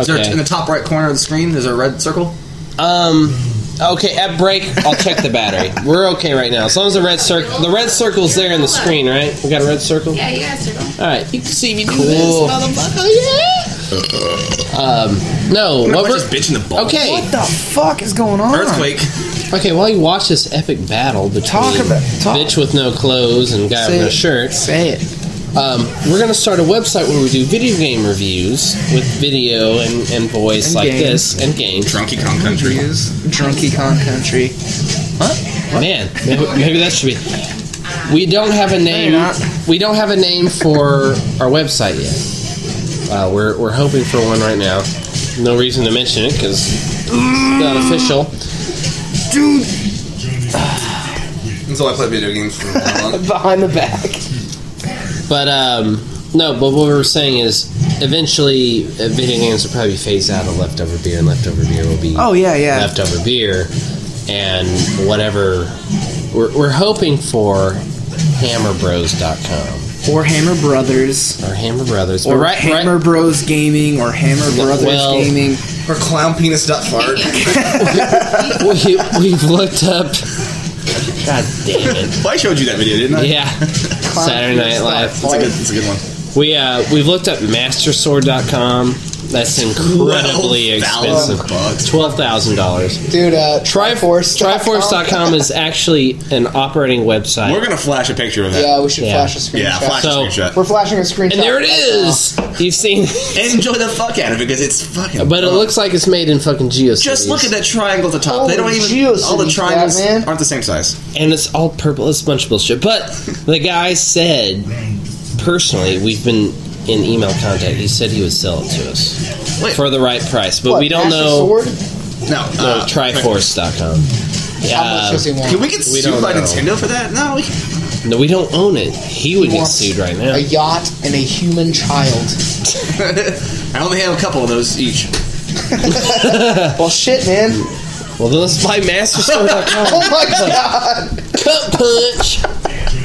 Speaker 9: there, in
Speaker 1: Okay.
Speaker 9: the top right corner of the screen, there's a red circle.
Speaker 1: Um. Okay. At break, I'll check the battery. We're okay right now. As long as the red circle, the red circle's there in the screen, right? We got a red circle.
Speaker 12: Yeah, you guys are going.
Speaker 1: All right, you can see me do this, motherfucker. Yeah. Um, no, what
Speaker 9: What about
Speaker 1: we're-
Speaker 9: just bitching the ball?
Speaker 1: okay,
Speaker 2: What the fuck is going on?
Speaker 9: Earthquake.
Speaker 1: okay. While you watch this epic battle between
Speaker 2: Talk about- talk.
Speaker 1: bitch with no clothes and guy
Speaker 2: Say
Speaker 1: with no
Speaker 2: it.
Speaker 1: shirt,
Speaker 2: Say it.
Speaker 1: um, we're gonna start a website where we do video game reviews with video and, and voice
Speaker 2: And
Speaker 1: like this
Speaker 2: games.
Speaker 1: and games.
Speaker 9: Drunky Kong Country is.
Speaker 2: Drunky Con Country.
Speaker 1: Man, maybe, maybe that should be. We don't have a name. We don't have a name for our website yet. Uh, we're we're hoping for one right now. No reason to mention it because it's not official.
Speaker 9: Until I play video games for a while.
Speaker 2: Behind the back.
Speaker 1: But um, no. But what we were saying is, eventually, uh, video games will probably phase out of leftover beer, and leftover beer will be
Speaker 2: Oh yeah, yeah.
Speaker 1: leftover beer, and whatever. We're, we're hoping for hammerbros.com
Speaker 2: Or Hammer Brothers.
Speaker 1: or Hammer Brothers. But
Speaker 2: Or
Speaker 1: right, right-
Speaker 2: Hammer Bros Gaming. Or Hammer Brothers
Speaker 1: well-
Speaker 2: Gaming.
Speaker 9: Or clown penis dot fart.
Speaker 1: we, we've looked up. God damn it!
Speaker 9: I showed you that video, didn't I?
Speaker 1: Yeah, Saturday Night Live.
Speaker 9: It's a good, it's a good one.
Speaker 1: We uh, we've looked up mastersword.com. That's incredibly expensive.
Speaker 9: bucks.
Speaker 1: Twelve thousand dollars.
Speaker 2: Dude, uh, Triforce.
Speaker 1: Triforce.com is actually an operating website.
Speaker 9: We're gonna flash a picture of that.
Speaker 2: Yeah, we should
Speaker 1: Yeah.
Speaker 2: flash a screenshot.
Speaker 9: Yeah, flash
Speaker 1: So-
Speaker 9: a screenshot.
Speaker 2: We're flashing a screenshot.
Speaker 1: and there it
Speaker 2: right
Speaker 1: is. You've seen,
Speaker 9: Enjoy the fuck out of it because it's fucking.
Speaker 1: but it
Speaker 9: fun.
Speaker 1: looks like it's made in fucking GeoCities.
Speaker 9: Just look at that triangle at the top. they don't
Speaker 2: Holy
Speaker 9: even.
Speaker 2: geocities,
Speaker 9: all the triangles
Speaker 2: Batman.
Speaker 9: aren't the same size.
Speaker 1: and it's all purple. It's a bunch of bullshit. But the guy said, personally, we've been in email contact. He said he would sell it to us
Speaker 9: Wait.
Speaker 1: for the right price, but
Speaker 2: What,
Speaker 1: we don't
Speaker 2: Master
Speaker 1: know.
Speaker 2: Sword?
Speaker 9: No,
Speaker 1: No,
Speaker 9: uh,
Speaker 1: Triforce.com.
Speaker 2: How much does he
Speaker 1: Yeah,
Speaker 2: want?
Speaker 9: Can we get
Speaker 1: We
Speaker 9: sued
Speaker 1: don't
Speaker 9: by
Speaker 1: know.
Speaker 9: Nintendo for that? No, we can.
Speaker 1: no, we don't own it. He would
Speaker 2: He
Speaker 1: get
Speaker 2: wants
Speaker 1: sued right
Speaker 2: a
Speaker 1: now.
Speaker 2: yacht and a human child.
Speaker 9: I only have a couple of those each.
Speaker 2: Well, shit, man.
Speaker 1: Well, then let's buy MasterStore.com.
Speaker 2: Oh my god,
Speaker 1: Cup punch.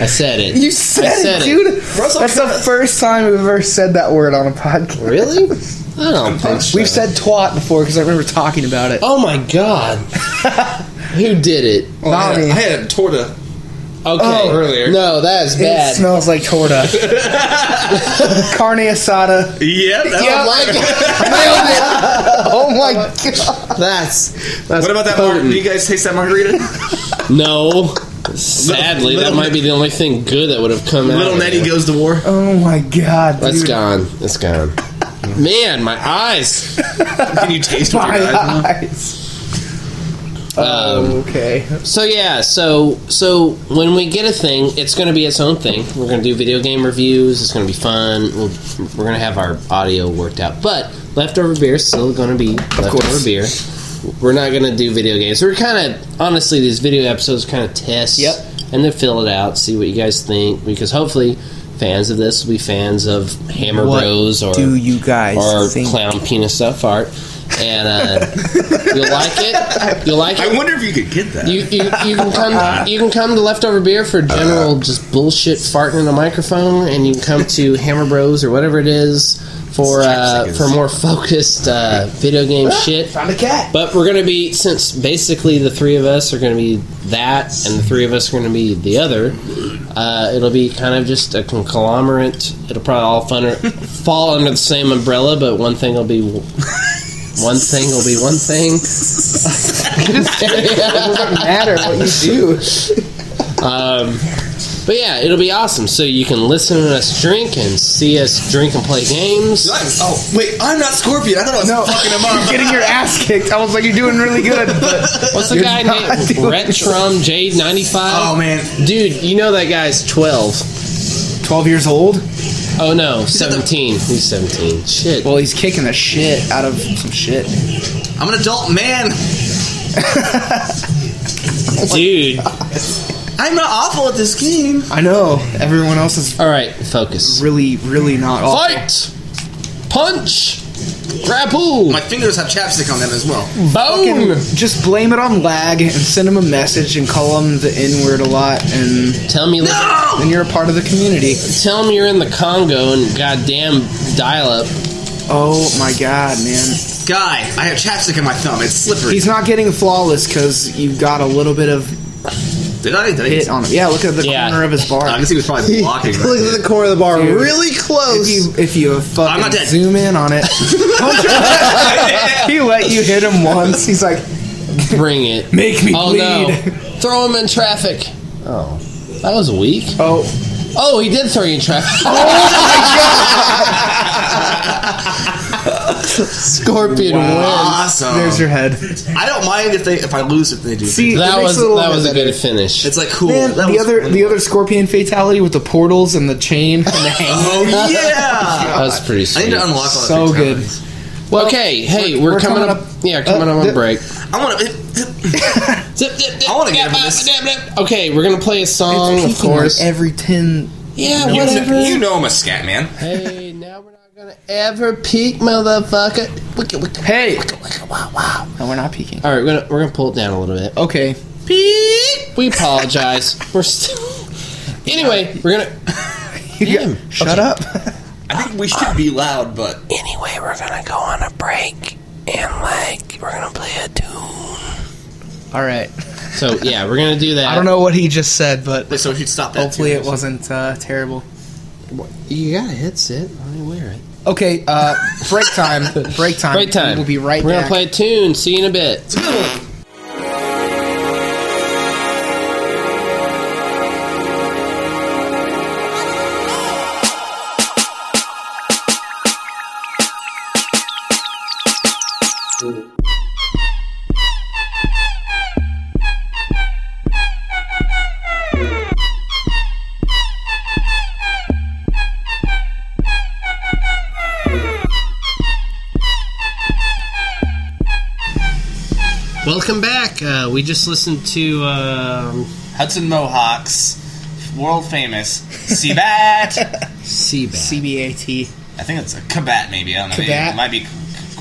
Speaker 1: I said it.
Speaker 2: you said,
Speaker 1: I said
Speaker 2: it,
Speaker 1: it.
Speaker 2: dude. That's the first time we've ever said that word on a podcast.
Speaker 1: Really? I don't think so.
Speaker 2: We've said twat before because I remember talking about it.
Speaker 1: Oh my god. Who did it?
Speaker 9: Well, I, had,
Speaker 2: Bobby.
Speaker 9: I had a torta.
Speaker 1: Okay.
Speaker 5: Oh,
Speaker 9: earlier.
Speaker 1: No, that is
Speaker 2: it
Speaker 1: bad.
Speaker 2: smells like torta. Carne asada.
Speaker 9: Yeah. that-
Speaker 1: I like it.
Speaker 2: Oh my god.
Speaker 1: That's, that's
Speaker 9: What about that? Mar-
Speaker 1: potent.
Speaker 9: do you guys taste that margarita?
Speaker 1: No. Sadly,
Speaker 9: Little-
Speaker 1: that might be the only thing good that would have come out.
Speaker 9: Little
Speaker 1: of
Speaker 9: Nettie
Speaker 1: it.
Speaker 9: goes to war.
Speaker 2: Oh my god.
Speaker 1: That's
Speaker 2: dude.
Speaker 1: gone. It's gone. Man, my eyes.
Speaker 9: Can you taste what
Speaker 2: My
Speaker 9: you're
Speaker 2: eyes. Um, okay.
Speaker 1: So yeah, so so when we get a thing, it's going to be its own thing. We're going to do video game reviews. It's going to be fun. We'll, we're going to have our audio worked out. But leftover beer is still going to be leftover beer. We're not going to do video games. We're kind of honestly these video episodes kind of tests.
Speaker 2: Yep.
Speaker 1: And then fill it out, see what you guys think, because hopefully fans of this will be fans of Hammer
Speaker 14: What
Speaker 1: Bros or
Speaker 14: do you guys
Speaker 1: or
Speaker 14: think?
Speaker 1: clown penis stuff art. And uh, you'll like it. You'll like it.
Speaker 9: I wonder if you could get that.
Speaker 1: You, you, you can come you can come to leftover beer for general just bullshit farting in a microphone, and you can come to Hammer Bros or whatever it is for uh, for more focused uh, video game shit.
Speaker 2: Found a cat.
Speaker 1: But we're gonna be since basically the three of us are gonna be that, and the three of us are gonna be the other. Uh, it'll be kind of just a conglomerate. It'll probably all fun fall under the same umbrella, but one thing will be one thing will be one thing.
Speaker 2: Matter what you do.
Speaker 1: Um, but yeah, it'll be awesome. So you can listen to us drink and see us drink and play games.
Speaker 9: oh wait, I'm not Scorpion. I thought I was
Speaker 2: No.
Speaker 9: fucking him
Speaker 2: You're
Speaker 9: up.
Speaker 2: getting your ass kicked. I was like, you're doing really good. But
Speaker 1: What's the
Speaker 2: You're
Speaker 1: guy
Speaker 2: not
Speaker 1: named?
Speaker 2: doing
Speaker 1: Brett Trum Jade ninety
Speaker 9: Oh
Speaker 1: five.
Speaker 9: man,
Speaker 1: Dude, you know that guy's twelve.
Speaker 2: 12 years old?
Speaker 1: Oh no, seventeen. He's seventeen. Shit.
Speaker 2: Well, he's kicking the shit out of some shit.
Speaker 9: I'm an adult man.
Speaker 1: Dude.
Speaker 9: I'm not awful at this game.
Speaker 2: I know. Everyone else is
Speaker 1: Alright, focus.
Speaker 2: really, really not awful.
Speaker 1: Fight! Punch! Grapple!
Speaker 9: My fingers have chapstick on them as well.
Speaker 1: Bone!
Speaker 2: Just blame it on lag and send him a message and call him the N word a lot, and
Speaker 1: Tell me
Speaker 9: No!
Speaker 2: then you're a part of the community.
Speaker 1: tell me you're in the Congo and goddamn dial up.
Speaker 2: Oh my god, man.
Speaker 9: Guy, I have chapstick in my thumb. It's slippery.
Speaker 2: He's not getting flawless because you've got a little bit of
Speaker 9: Did I? Did I?
Speaker 2: hit on him. Yeah, look at the
Speaker 1: Yeah.
Speaker 2: corner of his bar.
Speaker 9: I guess he was probably blocking.
Speaker 14: Look at the corner of the bar,
Speaker 2: Dude.
Speaker 14: really
Speaker 2: If
Speaker 14: close.
Speaker 2: you if you
Speaker 9: I'm not
Speaker 2: fucking
Speaker 9: dead.
Speaker 2: zoom in on it, he let you hit him once. He's like,
Speaker 1: Bring it.
Speaker 2: make me
Speaker 1: Oh
Speaker 2: bleed.
Speaker 1: no! Throw him in traffic. Oh, that was weak.
Speaker 2: Oh,
Speaker 1: Oh, he did throw you in traffic. Scorpion
Speaker 9: Awesome.
Speaker 2: there's your head.
Speaker 9: I don't mind if they if I lose if they do.
Speaker 2: See,
Speaker 1: wins.
Speaker 2: it
Speaker 1: That
Speaker 2: makes
Speaker 1: was
Speaker 2: it a little
Speaker 1: that
Speaker 2: bit
Speaker 1: was a
Speaker 2: better.
Speaker 1: good finish.
Speaker 9: it's like cool.
Speaker 2: Man,
Speaker 9: That
Speaker 2: the
Speaker 9: was-
Speaker 2: other the other scorpion fatality with the portals and the chain and the hang.
Speaker 9: Oh yeah.
Speaker 1: that was pretty
Speaker 9: I need
Speaker 1: sweet.
Speaker 9: to unlock all
Speaker 2: So
Speaker 9: the
Speaker 2: good.
Speaker 9: fatalities.
Speaker 1: okay, hey, we're,
Speaker 2: we're
Speaker 1: coming,
Speaker 2: coming
Speaker 1: up.
Speaker 2: up-
Speaker 1: Yeah, coming
Speaker 2: uh,
Speaker 1: up on
Speaker 2: th-
Speaker 1: break.
Speaker 9: I want to.
Speaker 1: Zip, zip, zip,
Speaker 9: I wanna
Speaker 1: dip,
Speaker 9: get him this.
Speaker 1: dip, dip. Okay, we're gonna play a song, of
Speaker 2: Peeking
Speaker 1: course.
Speaker 2: on every ten.
Speaker 1: yeah,
Speaker 9: You,
Speaker 1: whatever.
Speaker 9: kn- you know I'm a scat man.
Speaker 1: Hey, now we're not gonna ever peek, motherfucker. Wicka, wicka,
Speaker 2: Hey.
Speaker 1: wicka, wicka, wow, wow.
Speaker 2: No, we're not peeking.
Speaker 1: All right, we're gonna we're gonna pull it down a little bit.
Speaker 2: Okay.
Speaker 1: Beep. We apologize. We're still. Anyway, we're gonna.
Speaker 2: You got-
Speaker 1: Damn.
Speaker 2: shut up.
Speaker 9: I think we should be loud, but
Speaker 1: Anyway, we're gonna go on a break and like we're gonna play a tune.
Speaker 2: All right.
Speaker 1: So yeah, we're gonna do that.
Speaker 2: I don't know what he just said, but
Speaker 9: so if you'd stop that.
Speaker 2: hopefully
Speaker 9: too.
Speaker 2: it wasn't uh, terrible.
Speaker 1: You got a headset. Why wear it?
Speaker 2: Okay, uh, break time. Break time.
Speaker 1: Break time.
Speaker 2: We'll be right
Speaker 1: We're gonna
Speaker 2: back.
Speaker 1: play a tune. See you in a bit. Welcome back. Uh, we just listened to. Um,
Speaker 9: Hudson Mohawks, world famous Seabat.
Speaker 1: Seabat.
Speaker 2: CBAT.
Speaker 9: I think it's a Quebec, maybe. I don't know. Maybe-
Speaker 2: Quebec.
Speaker 9: It might be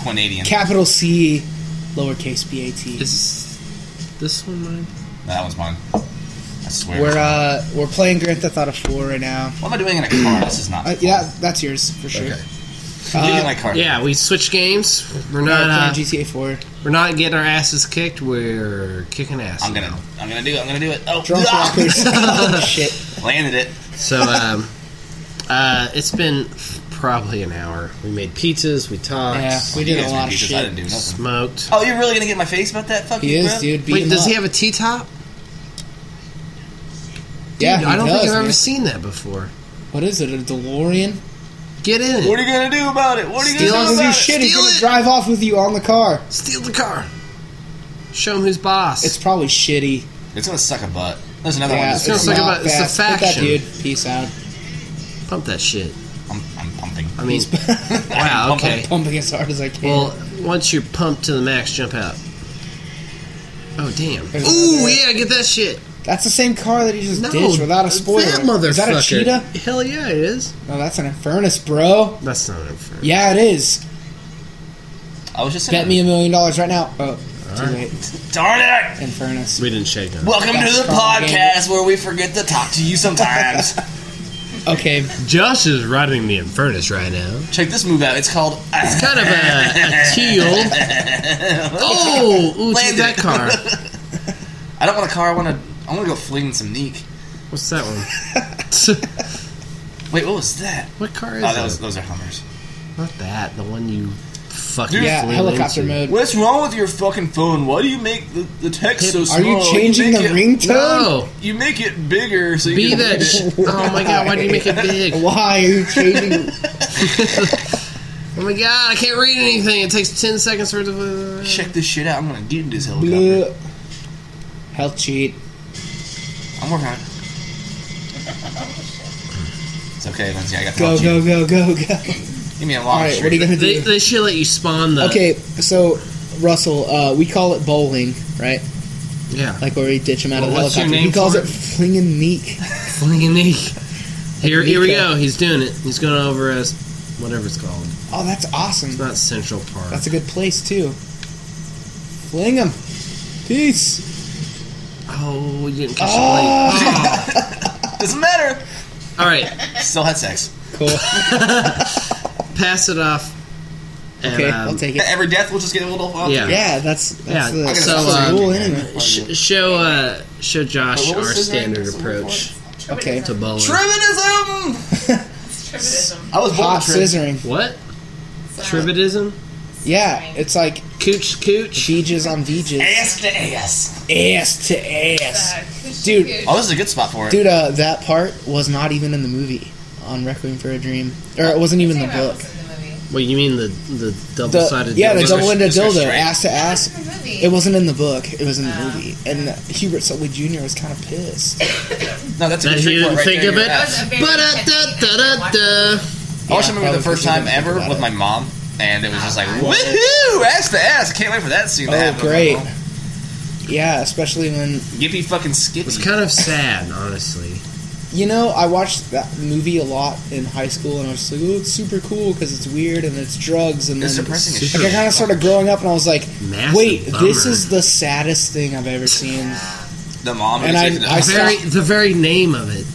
Speaker 9: Canadian.
Speaker 2: Capital C, lowercase BAT.
Speaker 1: Is this one mine?
Speaker 9: that was mine. I swear.
Speaker 2: We're uh, we're playing Grand Theft Auto 4 right now.
Speaker 9: what am I doing in a car? This is not.
Speaker 2: Uh, yeah, that's yours for sure.
Speaker 9: Okay.
Speaker 5: Leaving my car.
Speaker 1: Yeah, we switch games. We're
Speaker 15: No,
Speaker 1: not uh,
Speaker 15: playing GTA 4.
Speaker 1: we're not getting our asses kicked. We're kicking ass.
Speaker 5: I'm gonna,
Speaker 1: now.
Speaker 5: I'm gonna do it. I'm gonna do it. Oh,
Speaker 15: Drunk
Speaker 5: ah!
Speaker 15: rockers. Oh, shit.
Speaker 5: landed it.
Speaker 1: So um, uh, it's been f- probably an hour. We made pizzas. We talked.
Speaker 15: Yeah, we did
Speaker 5: You
Speaker 15: a
Speaker 5: guys
Speaker 15: lot of
Speaker 5: made pizzas, I didn't
Speaker 15: shit.
Speaker 5: do nothing.
Speaker 1: smoked.
Speaker 5: Oh, you're really gonna get in my face about that? Fuck
Speaker 15: He
Speaker 5: you,
Speaker 15: is,
Speaker 5: bro.
Speaker 15: dude. Beat
Speaker 1: Wait,
Speaker 15: him
Speaker 1: does he
Speaker 15: up.
Speaker 1: have a T top?
Speaker 15: Yeah, he
Speaker 1: I don't think
Speaker 15: does,
Speaker 1: I've ever
Speaker 15: man.
Speaker 1: seen that before.
Speaker 15: What is it? A DeLorean?
Speaker 1: Get in
Speaker 5: What
Speaker 1: it.
Speaker 5: are you gonna do about it? What are you
Speaker 15: He's
Speaker 5: gonna
Speaker 15: not
Speaker 5: do
Speaker 15: gonna do
Speaker 5: about it?
Speaker 15: shit. He's
Speaker 1: Steal
Speaker 15: gonna
Speaker 1: it.
Speaker 15: drive off with you on the car.
Speaker 1: Steal the car. Show him who's boss.
Speaker 15: It's probably shitty.
Speaker 5: It's gonna suck a butt. There's another
Speaker 15: Yeah,
Speaker 5: one.
Speaker 15: it's
Speaker 5: Just
Speaker 1: Sounds
Speaker 15: not
Speaker 1: like about- it's a
Speaker 15: fast. Get
Speaker 1: faction.
Speaker 15: that dude. Peace out.
Speaker 1: Pump that shit.
Speaker 5: I'm, I'm pumping.
Speaker 1: I mean, wow. Okay.
Speaker 15: Pumping as hard as I can.
Speaker 1: Well, once you're pumped to the max, jump out. Oh damn!
Speaker 15: There's
Speaker 1: Ooh
Speaker 15: another-
Speaker 1: yeah, get that shit.
Speaker 15: that's the same car that he just
Speaker 1: No,
Speaker 15: ditched without a spoiler.
Speaker 1: That motherfucker.
Speaker 15: Is that a cheetah?
Speaker 1: Hell yeah, it is.
Speaker 15: No, that's an Infernus, bro.
Speaker 1: That's not unfair.
Speaker 15: Yeah, it is.
Speaker 5: I was just saying.
Speaker 15: Bet me a million dollars right now. Oh, too late.
Speaker 5: Darn it!
Speaker 15: Infernus.
Speaker 1: We didn't shake on.
Speaker 5: Welcome
Speaker 15: That's
Speaker 5: to the
Speaker 15: strong,
Speaker 5: podcast where we forget to talk to you sometimes.
Speaker 15: Okay,
Speaker 1: Josh is riding the Infernus right now.
Speaker 5: Check this move out. It's called.
Speaker 1: It's kind of a, a teal. Oh, ooh, take
Speaker 5: Landed
Speaker 1: that
Speaker 5: it.
Speaker 1: car.
Speaker 5: I don't want a car. I want to. I want to go flinging some neek.
Speaker 1: What's that one?
Speaker 5: Wait, what was that?
Speaker 1: what car is
Speaker 5: Oh, that
Speaker 1: that?
Speaker 5: was those are Hummers.
Speaker 1: Not that. The one you fucking
Speaker 15: yeah,
Speaker 1: flew
Speaker 15: helicopter
Speaker 1: into.
Speaker 15: mode.
Speaker 5: What's wrong with your fucking phone? Why do you make the, the text so
Speaker 15: Are
Speaker 5: small?
Speaker 15: Oh, you changing the
Speaker 5: make it,
Speaker 15: ringtone?
Speaker 1: No,
Speaker 5: You make it bigger so you
Speaker 1: be
Speaker 5: can read
Speaker 1: that.
Speaker 5: it.
Speaker 1: Sh- oh my god, why do you make it big? Oh
Speaker 15: Why are you changing?
Speaker 1: Oh my god, I can't read anything. It takes ten seconds for it to.
Speaker 5: Check this shit out. I'm gonna get in this helicopter.
Speaker 15: Bleh. Health cheat.
Speaker 5: I'm working on it. It's okay, Lindsay. I got the
Speaker 15: Go,
Speaker 5: help you.
Speaker 15: go, go, go, go.
Speaker 5: Give me a
Speaker 15: All
Speaker 5: long
Speaker 15: right,
Speaker 5: streak.
Speaker 15: what are you gonna
Speaker 1: They,
Speaker 15: do?
Speaker 1: they should let you spawn the.
Speaker 15: Okay, so Russell, uh, we call it bowling, right?
Speaker 1: Yeah.
Speaker 15: Like where we ditch him out of the
Speaker 1: Well, what's your
Speaker 15: helicopter. he
Speaker 1: name
Speaker 15: calls
Speaker 1: for
Speaker 15: it flinging neek.
Speaker 1: Flinging knee. Here, here we
Speaker 15: Nico.
Speaker 1: go. He's doing it. He's going over us. Whatever it's called.
Speaker 15: Oh, that's awesome.
Speaker 1: It's not Central Park.
Speaker 15: That's a good place too. Fling him. Peace.
Speaker 1: oh, you didn't catch the plate.
Speaker 5: Doesn't matter.
Speaker 1: Oh. All right,
Speaker 5: Still had sex.
Speaker 15: Cool.
Speaker 1: pass it off. And,
Speaker 15: Okay,
Speaker 1: um,
Speaker 15: I'll take it.
Speaker 5: Every death will just get a little. uh, off.
Speaker 1: Yeah.
Speaker 15: Yeah, that's that's
Speaker 1: Yeah,
Speaker 15: the,
Speaker 1: so,
Speaker 15: that's the
Speaker 1: uh,
Speaker 15: rule anyway.
Speaker 1: sh- show uh, show Josh
Speaker 5: What was
Speaker 1: our
Speaker 5: his name?
Speaker 1: standard approach
Speaker 15: Okay.
Speaker 1: to bowling.
Speaker 5: Trivinism. I was born
Speaker 15: Hot
Speaker 5: with tri-
Speaker 15: scissoring.
Speaker 1: What? Trivitism?
Speaker 15: Yeah, it's like
Speaker 1: Cooch, cooch.
Speaker 15: beaches on beaches,
Speaker 5: Ass to ass.
Speaker 15: ass to ass. Dude,
Speaker 5: Oh, this is a good spot for it.
Speaker 15: Dude, uh, that part was not even in the movie on Requiem for a Dream, or it wasn't even the book.
Speaker 1: What you mean the the double
Speaker 15: The,
Speaker 1: sided?
Speaker 15: yeah, the double-ended
Speaker 5: Just go
Speaker 15: dildo,
Speaker 5: straight.
Speaker 15: ass to ass. It
Speaker 12: It
Speaker 15: wasn't in the book. It was in the
Speaker 12: Oh.
Speaker 15: movie, and uh, Hubert Sully Jr. was kind of pissed.
Speaker 5: No, that's a
Speaker 1: That
Speaker 5: good
Speaker 1: you
Speaker 5: trick
Speaker 1: didn't
Speaker 5: right
Speaker 1: think
Speaker 5: there in
Speaker 1: of
Speaker 5: your
Speaker 1: it?
Speaker 5: ass.
Speaker 12: was a very
Speaker 1: Ba-da-da-da-da-da.
Speaker 5: I also
Speaker 15: Yeah,
Speaker 5: remember the
Speaker 15: probably
Speaker 5: first
Speaker 15: because he
Speaker 5: time
Speaker 15: didn't
Speaker 5: ever
Speaker 15: think about
Speaker 5: with
Speaker 15: it.
Speaker 5: my mom, and it was just like, woohoo, ass to ass. I can't wait for that scene to
Speaker 15: Oh,
Speaker 5: happen. with my
Speaker 15: great!
Speaker 5: mom.
Speaker 15: Yeah, especially when
Speaker 5: Gippy fucking
Speaker 1: It's
Speaker 5: Skippy.
Speaker 1: kind of sad, honestly.
Speaker 15: you know I watched that movie a lot in high school, and I was just like, "Oh, it's super cool because it's weird and it's drugs." And
Speaker 5: It's
Speaker 15: then
Speaker 5: depressing as
Speaker 15: Like I
Speaker 5: shit.
Speaker 15: kind of started growing up, and I was like,
Speaker 1: Massive
Speaker 15: "Wait, this
Speaker 1: bummer.
Speaker 15: is the saddest thing I've ever seen."
Speaker 5: The mom
Speaker 15: And I-
Speaker 5: is-
Speaker 15: I saw-
Speaker 1: Very, the very name of it.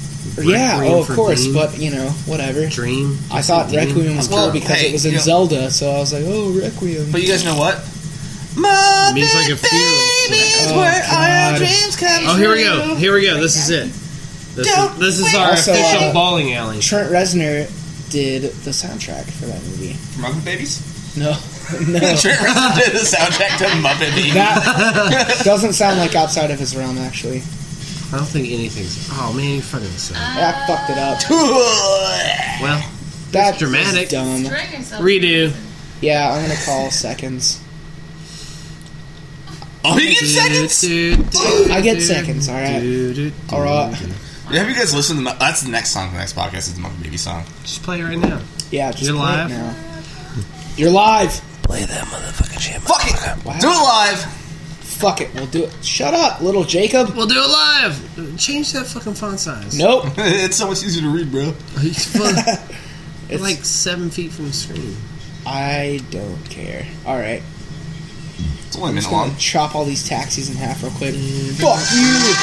Speaker 15: yeah,
Speaker 1: Requiem
Speaker 15: oh, of
Speaker 1: for
Speaker 15: course,
Speaker 1: Dream.
Speaker 15: but you know, whatever.
Speaker 1: Dream.
Speaker 15: I thought
Speaker 1: Dream.
Speaker 15: Requiem was
Speaker 5: Well,
Speaker 15: cool because
Speaker 5: hey,
Speaker 15: it was in
Speaker 5: you know-
Speaker 15: Zelda, so I was like, "Oh, Requiem."
Speaker 5: But you guys know what? My
Speaker 1: Means like a funeral.
Speaker 15: Oh, God.
Speaker 1: Oh, here we go. Here we go. This is it. This is, this is our
Speaker 15: Also,
Speaker 1: official
Speaker 15: uh,
Speaker 1: bowling alley.
Speaker 15: Trent Reznor did the soundtrack for that movie.
Speaker 5: Muppet Babies.
Speaker 15: No, no,
Speaker 5: Trent Reznor did the soundtrack to Muppet Babies.
Speaker 15: that doesn't sound like outside of his realm. Actually,
Speaker 1: I don't think anything's. Oh man, you fucking suck.
Speaker 15: I fucked it up.
Speaker 5: Oh,
Speaker 1: Well,
Speaker 15: That's
Speaker 1: dramatic.
Speaker 15: Dumb.
Speaker 1: redo.
Speaker 15: Yeah, I'm gonna call seconds.
Speaker 5: oh, you get seconds.
Speaker 15: I get seconds, all right. All right.
Speaker 5: Have you guys listened to? Mu- That's the next song for the next podcast. Is the Muppet Babies song.
Speaker 1: Just play it right now.
Speaker 15: Yeah, just
Speaker 1: You're
Speaker 15: play it
Speaker 1: live?
Speaker 15: now. You're live.
Speaker 5: Fuck it.
Speaker 15: Wow.
Speaker 5: Do it live.
Speaker 15: Fuck it, we'll do it. Shut up, little Jacob.
Speaker 1: We'll do it live. Change that fucking font size.
Speaker 15: Nope.
Speaker 5: it's so much easier to read, bro.
Speaker 1: It's fun.
Speaker 15: It's,
Speaker 1: like seven feet from the screen.
Speaker 15: I don't care. All right,
Speaker 5: It's only a
Speaker 15: I'm
Speaker 5: minute
Speaker 15: gonna
Speaker 5: long.
Speaker 15: chop all these taxis in half real quick. Fuck you.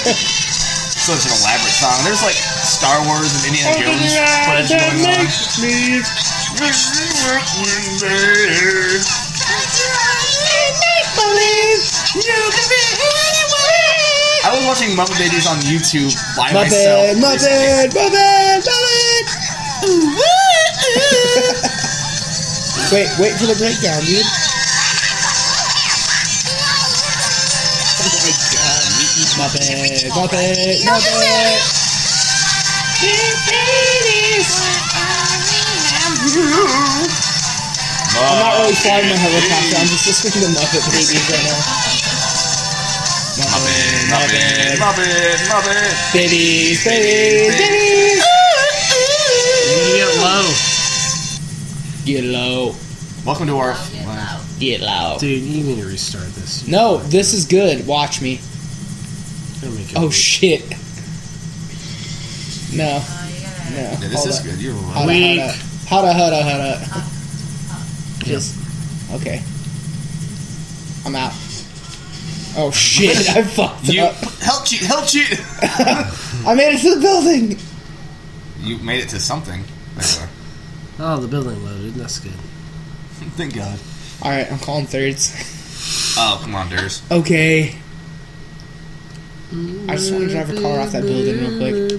Speaker 5: such an elaborate song. There's like Star Wars and Indiana Jones footage going on. I was watching Muppet Babies on YouTube by
Speaker 15: My
Speaker 5: myself.
Speaker 15: bad, my bad, my bad, my bad. wait, wait for the breakdown, dude. Oh my god. My bad, my bad, my bad. I'm not really flying my helicopter. I'm just listening to Muppet Babies right now.
Speaker 5: Muppet, Muppet, Muppet.
Speaker 15: Babies, babies, babies.
Speaker 9: Get low.
Speaker 15: Get low,
Speaker 5: Welcome to our.
Speaker 15: get low.
Speaker 9: Dude, you need to restart this.
Speaker 15: No, this is good. Watch me. Oh shit. No. No.
Speaker 5: Yeah, this
Speaker 15: Hold
Speaker 5: is
Speaker 15: up.
Speaker 5: good. You're right.
Speaker 15: Hada,
Speaker 9: Weak.
Speaker 15: hada. Hada, hada, hada. Just. Okay. I'm out. Oh shit, I fucked
Speaker 5: You
Speaker 15: up.
Speaker 5: help you help you.
Speaker 15: I made it to the building!
Speaker 5: You made it to something. There
Speaker 9: Oh, the building loaded. That's good.
Speaker 5: you are. Thank God.
Speaker 15: Alright, I'm calling thirds.
Speaker 5: Oh come on, Durs.
Speaker 15: Okay. I just want to drive a car off that building real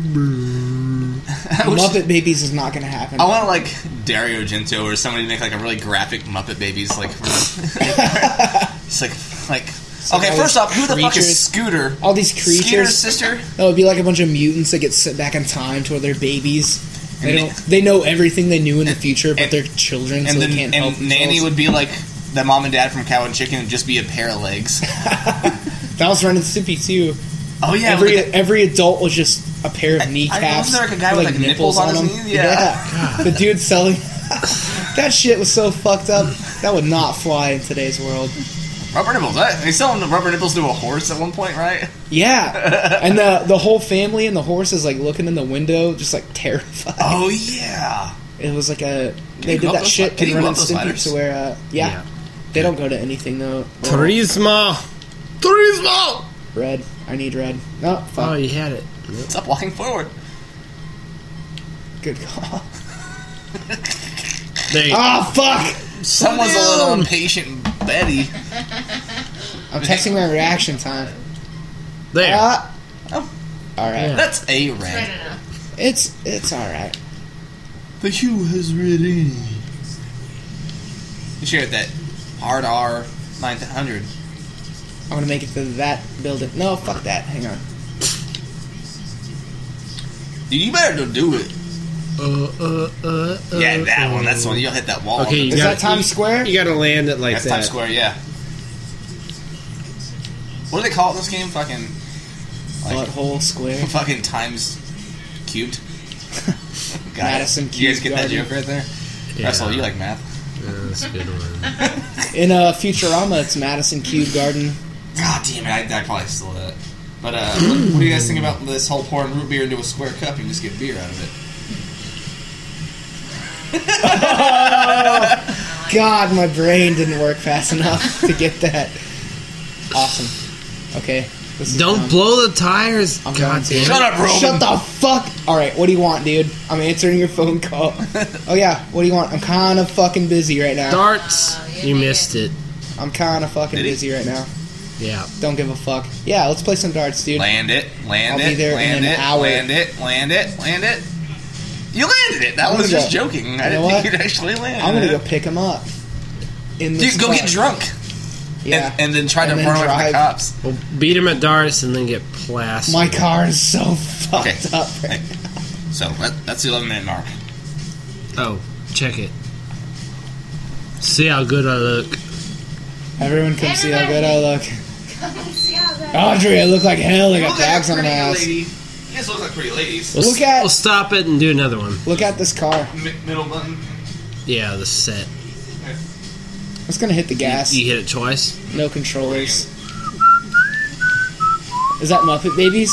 Speaker 15: quick. Muppet Babies is not gonna happen.
Speaker 5: I want like Dario Gento or somebody to make like a really graphic Muppet Babies like. it's like like. okay, first off, who the fuck
Speaker 15: creatures.
Speaker 5: is Scooter?
Speaker 15: All these
Speaker 5: Scooter's
Speaker 15: creatures.
Speaker 5: sister.
Speaker 15: That would be like a bunch of mutants that get sent back in time to where they're babies. They
Speaker 5: And
Speaker 15: don't. They know everything they knew in the future, but
Speaker 5: and-
Speaker 15: they're children, so
Speaker 5: and
Speaker 15: they
Speaker 5: then
Speaker 15: can't help
Speaker 5: and
Speaker 15: themselves.
Speaker 5: Nanny would be like the mom and dad from Cow and Chicken would just be a pair of legs.
Speaker 15: that was running Soupy too.
Speaker 5: Oh yeah,
Speaker 15: every
Speaker 5: with the-
Speaker 15: every adult was just a pair of kneecaps.
Speaker 5: wasn't there like a guy with, like, nipples on his
Speaker 15: them.
Speaker 5: knees? Yeah.
Speaker 15: the dude selling. that shit was so fucked up. That would not fly in today's world.
Speaker 5: rubber nipples. Right? They sell them rubber nipples to a horse at one point, right?
Speaker 15: Yeah, and the the whole family and the horse is like looking in the window, just like terrified.
Speaker 5: Oh yeah.
Speaker 15: It was like a.
Speaker 5: you
Speaker 15: They
Speaker 5: go
Speaker 15: did
Speaker 5: up
Speaker 15: that
Speaker 5: those
Speaker 15: shit
Speaker 5: li- can
Speaker 15: in
Speaker 5: you
Speaker 15: Ren
Speaker 5: go
Speaker 15: and
Speaker 5: up those
Speaker 15: Stimpy
Speaker 5: ladders?
Speaker 15: to where, uh, yeah, they don't go to anything though. Oh,
Speaker 1: Charisma.
Speaker 5: Turismo!
Speaker 15: Red, I need red. No,
Speaker 9: Oh,
Speaker 15: fuck.
Speaker 9: you had it.
Speaker 5: Stop walking forward.
Speaker 15: Good call.
Speaker 9: There you
Speaker 15: Ah, fuck!
Speaker 5: Someone's a little impatient, Betty.
Speaker 15: I'm testing my reaction time.
Speaker 9: There.
Speaker 15: Ah,
Speaker 5: Oh.
Speaker 15: all right.
Speaker 9: Yeah.
Speaker 5: That's a red.
Speaker 15: It's it's all right.
Speaker 5: The hue has red in it. You should get that hard R 900.
Speaker 15: I'm gonna make it to that building. No, fuck that. Hang on.
Speaker 5: Dude, you better don't do it.
Speaker 9: uh, uh, uh, uh,
Speaker 5: yeah, that one. That's the one. You'll hit that wall.
Speaker 9: Okay, you
Speaker 15: Is
Speaker 9: gotta,
Speaker 15: that Times
Speaker 9: you-
Speaker 15: Square?
Speaker 9: You gotta land it like
Speaker 5: That's
Speaker 9: that.
Speaker 5: Times Square, yeah. What do they call it in this game? Fucking. Like,
Speaker 15: Butthole Square.
Speaker 5: fucking times cubed. Got it.
Speaker 15: Madison
Speaker 5: You guys
Speaker 15: Cube
Speaker 5: get that
Speaker 15: Garden.
Speaker 5: joke right there?
Speaker 9: Yeah.
Speaker 5: Russell, you like math.
Speaker 9: Yeah, that's a good one.
Speaker 15: In uh, Futurama, it's Madison Cube Garden.
Speaker 5: God damn it, I, I probably stole that. But uh, what, what do you guys think about this whole pouring root beer into a square cup and just get beer out of it?
Speaker 15: God, my brain didn't work fast enough to get that. Awesome. Okay. This is
Speaker 9: Don't
Speaker 15: dumb.
Speaker 9: blow the tires.
Speaker 15: I'm
Speaker 9: God
Speaker 15: going to.
Speaker 9: damn it.
Speaker 5: up, Roman!
Speaker 15: Shut the fuck! Alright, what do you want, dude? I'm answering your phone call. oh, yeah, what do you want? I'm kinda fucking busy right now.
Speaker 9: Darts. you missed it.
Speaker 15: I'm kinda fucking
Speaker 5: Did he?
Speaker 15: busy right now.
Speaker 9: Yeah.
Speaker 15: Don't give a fuck. Yeah, let's play some darts, dude.
Speaker 5: Land it, land
Speaker 15: I'll be
Speaker 5: it,
Speaker 15: there in
Speaker 5: land
Speaker 15: an
Speaker 5: it,
Speaker 15: hour.
Speaker 5: land it, land it, land it. You landed it! That
Speaker 15: I'm
Speaker 5: was
Speaker 15: gonna
Speaker 5: just
Speaker 15: go-
Speaker 5: joking.
Speaker 15: You
Speaker 5: I
Speaker 15: know
Speaker 5: didn't
Speaker 15: what?
Speaker 5: think you'd actually land
Speaker 15: I'm gonna
Speaker 5: it.
Speaker 15: go pick him up. In the
Speaker 5: Dude, go get
Speaker 15: spot.
Speaker 5: drunk
Speaker 15: Yeah.
Speaker 5: and, and then try
Speaker 15: And
Speaker 5: to
Speaker 15: then
Speaker 5: run away from
Speaker 15: drive.
Speaker 5: the cops.
Speaker 9: Well, beat him at darts and then get plastered.
Speaker 15: My car is so fucked
Speaker 5: Okay.
Speaker 15: up.
Speaker 5: Hey. So that, that's the 11 minute mark.
Speaker 9: Oh, check it. See how good I look.
Speaker 15: Everyone come see how good I look.
Speaker 12: Oh,
Speaker 15: Audrey, I look like hell. I got
Speaker 5: Look at
Speaker 15: bags
Speaker 5: that
Speaker 15: on my
Speaker 5: pretty
Speaker 15: ass.
Speaker 5: lady. You guys look like pretty ladies.
Speaker 9: We'll
Speaker 15: Look
Speaker 9: s-
Speaker 15: at-
Speaker 9: We'll stop it and do another one.
Speaker 15: Look at this car.
Speaker 5: M- middle button.
Speaker 9: Yeah, the set.
Speaker 15: It's gonna hit the gas.
Speaker 9: You hit it twice.
Speaker 15: No controllers. Is that Muppet Babies?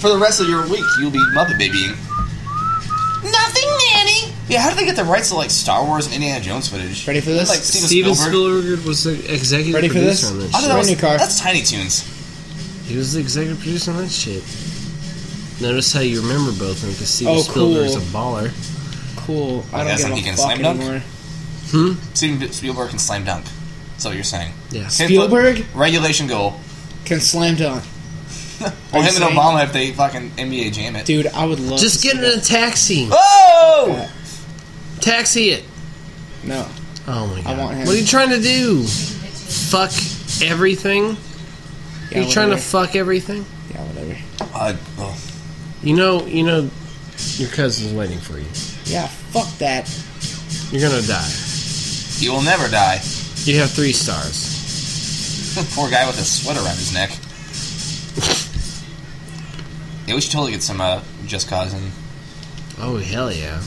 Speaker 5: For the rest of your week, you'll be mother babying. Nothing, nanny. Yeah, how did they get the rights to like Star Wars and Indiana Jones footage?
Speaker 15: Ready for this?
Speaker 5: Like Steven,
Speaker 9: Steven
Speaker 5: Spielberg.
Speaker 9: Spielberg was the executive
Speaker 15: Ready for
Speaker 9: producer
Speaker 15: this?
Speaker 9: on this.
Speaker 5: I thought
Speaker 15: We're
Speaker 5: that
Speaker 15: in
Speaker 5: was,
Speaker 15: your car.
Speaker 5: That's Tiny Toons.
Speaker 9: shit.
Speaker 1: He was the executive producer on that shit. Notice how you remember both of them because Steven
Speaker 15: Oh,
Speaker 1: Spielberg is a
Speaker 15: cool.
Speaker 1: baller.
Speaker 15: Cool. I don't
Speaker 5: That's
Speaker 15: give
Speaker 5: like he
Speaker 15: a
Speaker 5: can
Speaker 15: fuck
Speaker 5: slam dunk?
Speaker 15: anymore.
Speaker 5: Steven Spielberg can slam dunk. That's what you're saying.
Speaker 1: Yeah.
Speaker 5: Ten-foot
Speaker 15: Spielberg?
Speaker 5: regulation goal.
Speaker 15: Can slam dunk,
Speaker 5: Well,
Speaker 15: you
Speaker 5: him and
Speaker 15: saying-
Speaker 5: Obama if they fucking NBA jam it.
Speaker 15: dude. I would love.
Speaker 1: Just
Speaker 15: to
Speaker 1: get
Speaker 15: see
Speaker 1: in a taxi.
Speaker 5: Oh!
Speaker 1: Taxi it.
Speaker 15: that. No,
Speaker 1: Oh my god.
Speaker 15: want him.
Speaker 1: What are you trying to do? Fuck everything?
Speaker 15: yeah,
Speaker 1: you trying to
Speaker 15: whatever.
Speaker 1: fuck everything?
Speaker 15: yeah, whatever.
Speaker 5: Uh, oh.
Speaker 1: You know, you know, your cousin's waiting for you.
Speaker 15: Yeah, fuck that.
Speaker 1: You're gonna die.
Speaker 5: He will never die.
Speaker 1: You have three stars.
Speaker 5: Poor guy with a sweater around his neck. yeah, we should totally get some uh, Just Cause and
Speaker 1: Oh hell yeah!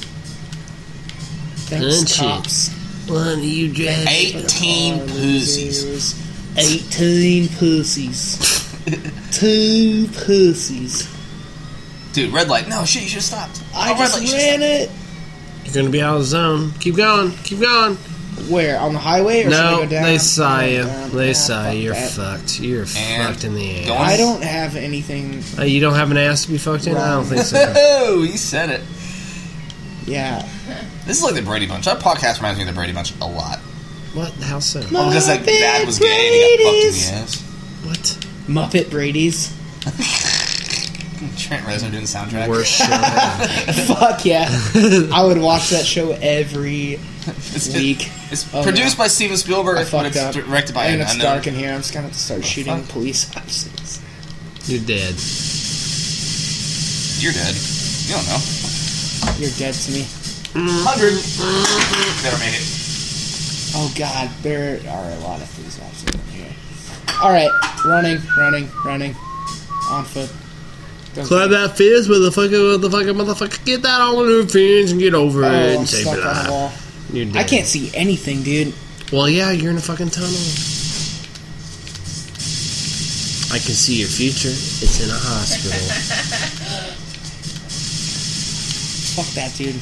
Speaker 1: Good
Speaker 15: Thanks,
Speaker 1: shit.
Speaker 15: cops.
Speaker 1: One of you drag
Speaker 5: 18 pussies.
Speaker 15: Losers. Eighteen pussies. Two pussies.
Speaker 5: Dude, red light. No, shit, you should have stopped.
Speaker 15: I
Speaker 5: oh,
Speaker 15: just
Speaker 5: red light. you should've
Speaker 15: ran it.
Speaker 1: You're gonna be out of the zone. Keep going. Keep going.
Speaker 15: Where on the highway or should I
Speaker 1: No,
Speaker 15: go down?
Speaker 1: they saw you.
Speaker 15: Down,
Speaker 1: They
Speaker 15: down,
Speaker 1: saw
Speaker 15: fuck
Speaker 1: you. You're
Speaker 15: that.
Speaker 1: fucked. You're
Speaker 5: And
Speaker 1: fucked in the ass.
Speaker 5: going-
Speaker 15: I don't have anything.
Speaker 1: Uh, you don't have an ass to be fucked in. I don't think
Speaker 5: stopped.
Speaker 1: so.
Speaker 5: Oh, he said it.
Speaker 15: Yeah.
Speaker 5: This is like the Brady Bunch. That podcast reminds me of the Brady Bunch a lot.
Speaker 1: what? How so?
Speaker 5: Oh, because like dad was gay and he got fucked in the ass.
Speaker 1: What?
Speaker 15: Muppet Brady's.
Speaker 5: Trent Reznor doing the soundtrack.
Speaker 1: Worst show. ever.
Speaker 15: Fuck yeah. I would watch that show every
Speaker 5: It's, it-
Speaker 15: week.
Speaker 5: it's
Speaker 15: Oh,
Speaker 5: produced
Speaker 15: yeah.
Speaker 5: by Steven Spielberg,
Speaker 15: I
Speaker 5: but
Speaker 15: fucked
Speaker 5: it's
Speaker 15: up.
Speaker 5: directed by
Speaker 15: and
Speaker 5: an
Speaker 15: it's
Speaker 5: unknown-
Speaker 15: dark in here. I'm just gonna have to start shooting
Speaker 5: fuck?
Speaker 15: police officers.
Speaker 1: You're dead.
Speaker 5: You're dead. You don't know.
Speaker 15: You're dead to me.
Speaker 5: Hundred. Never made it.
Speaker 15: Oh god, there are a lot of police officers in here. All right, running, running, running, on foot.
Speaker 1: Uh,
Speaker 15: Don't-
Speaker 1: Climb that fence, motherfucker, motherfucker, motherfucker. Get that on the fence and get over
Speaker 15: Oh,
Speaker 1: it
Speaker 15: I'm
Speaker 1: and save
Speaker 15: stuck
Speaker 1: your
Speaker 15: on the
Speaker 1: life.
Speaker 15: wall.
Speaker 1: You're dead.
Speaker 15: I can't see anything, dude.
Speaker 1: Well, yeah, you're in a fucking tunnel. I can see your future. It's in a hospital.
Speaker 15: Fuck that, dude.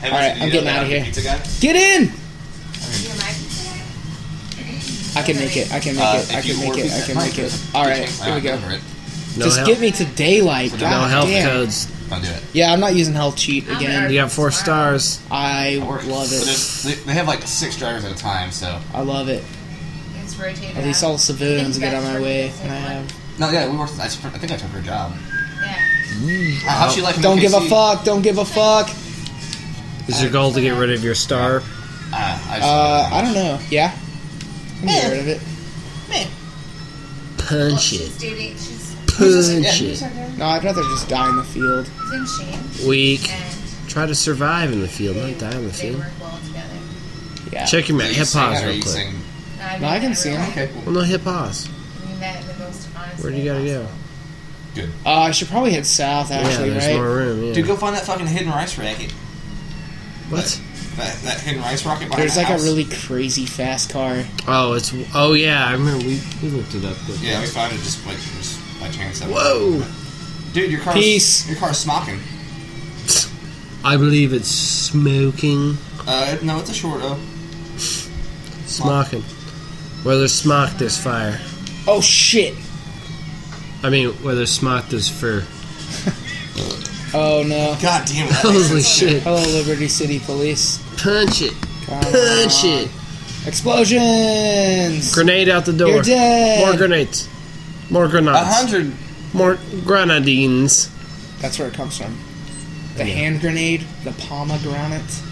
Speaker 5: Hey,
Speaker 15: All right,
Speaker 5: did you
Speaker 15: I'm
Speaker 5: know
Speaker 15: getting
Speaker 5: that
Speaker 15: out of here.
Speaker 5: pizza guy?
Speaker 15: Get in. I can make it. I can make
Speaker 5: Uh,
Speaker 15: it. I
Speaker 5: if
Speaker 15: can
Speaker 5: you
Speaker 15: make
Speaker 5: order
Speaker 15: it. I
Speaker 5: pizza
Speaker 15: can
Speaker 5: at
Speaker 15: make
Speaker 5: night,
Speaker 15: it.
Speaker 5: you
Speaker 15: All right,
Speaker 5: can't
Speaker 15: here we go.
Speaker 5: remember it.
Speaker 1: No
Speaker 15: Just
Speaker 1: help.
Speaker 15: get me to daylight. God
Speaker 1: no health
Speaker 15: damn.
Speaker 1: codes.
Speaker 5: Don't do it.
Speaker 15: Yeah, I'm not using health cheat again.
Speaker 1: You got four stars.
Speaker 15: I
Speaker 5: Or-
Speaker 15: love
Speaker 5: but
Speaker 15: it.
Speaker 5: there's- They, they have like six drivers at a time, so.
Speaker 15: I love it.
Speaker 12: It's rotated.
Speaker 15: At least all the civilians get out of my way, and I have.
Speaker 5: No, yeah, we worked. I, sp- I think I took her job.
Speaker 12: Yeah.
Speaker 5: How'd she like? in
Speaker 15: Uh, Don't give a
Speaker 5: KC?
Speaker 15: fuck. Don't give a fuck.
Speaker 1: Is your goal to get rid of your star?
Speaker 5: Uh, I, just,
Speaker 15: Uh, I don't know. Yeah. I'm get rid of it.
Speaker 1: Punch
Speaker 12: She's
Speaker 1: it.
Speaker 12: dating. She's.
Speaker 1: Punch
Speaker 12: She's
Speaker 1: it.
Speaker 12: in
Speaker 15: No, I'd rather just die in the field.
Speaker 12: Shane,
Speaker 1: Weak.
Speaker 12: and
Speaker 1: Try to survive in the field,
Speaker 12: they,
Speaker 1: not die in the
Speaker 12: they
Speaker 1: field.
Speaker 12: work well together.
Speaker 15: Yeah.
Speaker 1: Check your
Speaker 5: Are
Speaker 1: map.
Speaker 5: you
Speaker 1: Hit
Speaker 5: saying
Speaker 1: pause
Speaker 5: that or are
Speaker 1: real
Speaker 5: you
Speaker 1: quick.
Speaker 5: saying-
Speaker 12: I,
Speaker 15: No, I can see 'em.
Speaker 12: Okay.
Speaker 1: Well, no, hit pause.
Speaker 12: I mean that in the most honest
Speaker 1: Where do
Speaker 12: way
Speaker 1: you gotta go?
Speaker 12: possible.
Speaker 15: Uh, I should probably head south,
Speaker 1: Yeah,
Speaker 15: actually,
Speaker 1: there's
Speaker 15: right?
Speaker 1: more room.
Speaker 5: Dude,
Speaker 1: Yeah.
Speaker 5: go find that fucking hidden rice racket.
Speaker 1: What?
Speaker 5: That, that hidden rice rocket. Behind
Speaker 15: There's
Speaker 5: the
Speaker 15: like a
Speaker 5: house.
Speaker 15: really crazy fast car.
Speaker 1: Oh, it's. Oh yeah, I remember we, we looked it up. Quick.
Speaker 5: Yeah, we found it just like just by chance.
Speaker 1: Whoa!
Speaker 5: Dude, your car.
Speaker 15: Peace.
Speaker 5: Your car's smocking.
Speaker 1: I believe it's smoking.
Speaker 5: Uh, no, it's a short O.
Speaker 1: Smocking. Where there's smock, there's fire.
Speaker 15: Oh shit!
Speaker 1: I mean, where there's smock, there's fur.
Speaker 15: Oh no.
Speaker 5: God damn it! that makes
Speaker 1: Holy
Speaker 5: sense, dude.
Speaker 1: shit.
Speaker 15: Hello, Liberty City Police.
Speaker 1: Punch it.
Speaker 15: Come
Speaker 1: Punch
Speaker 15: on.
Speaker 1: it.
Speaker 15: Explosions!
Speaker 1: Grenade out the door.
Speaker 15: You're dead!
Speaker 1: More grenades. More
Speaker 5: A
Speaker 1: grenades.
Speaker 5: hundred.
Speaker 1: More grenadines.
Speaker 15: That's where it comes from. The hand grenade, the pomegranate.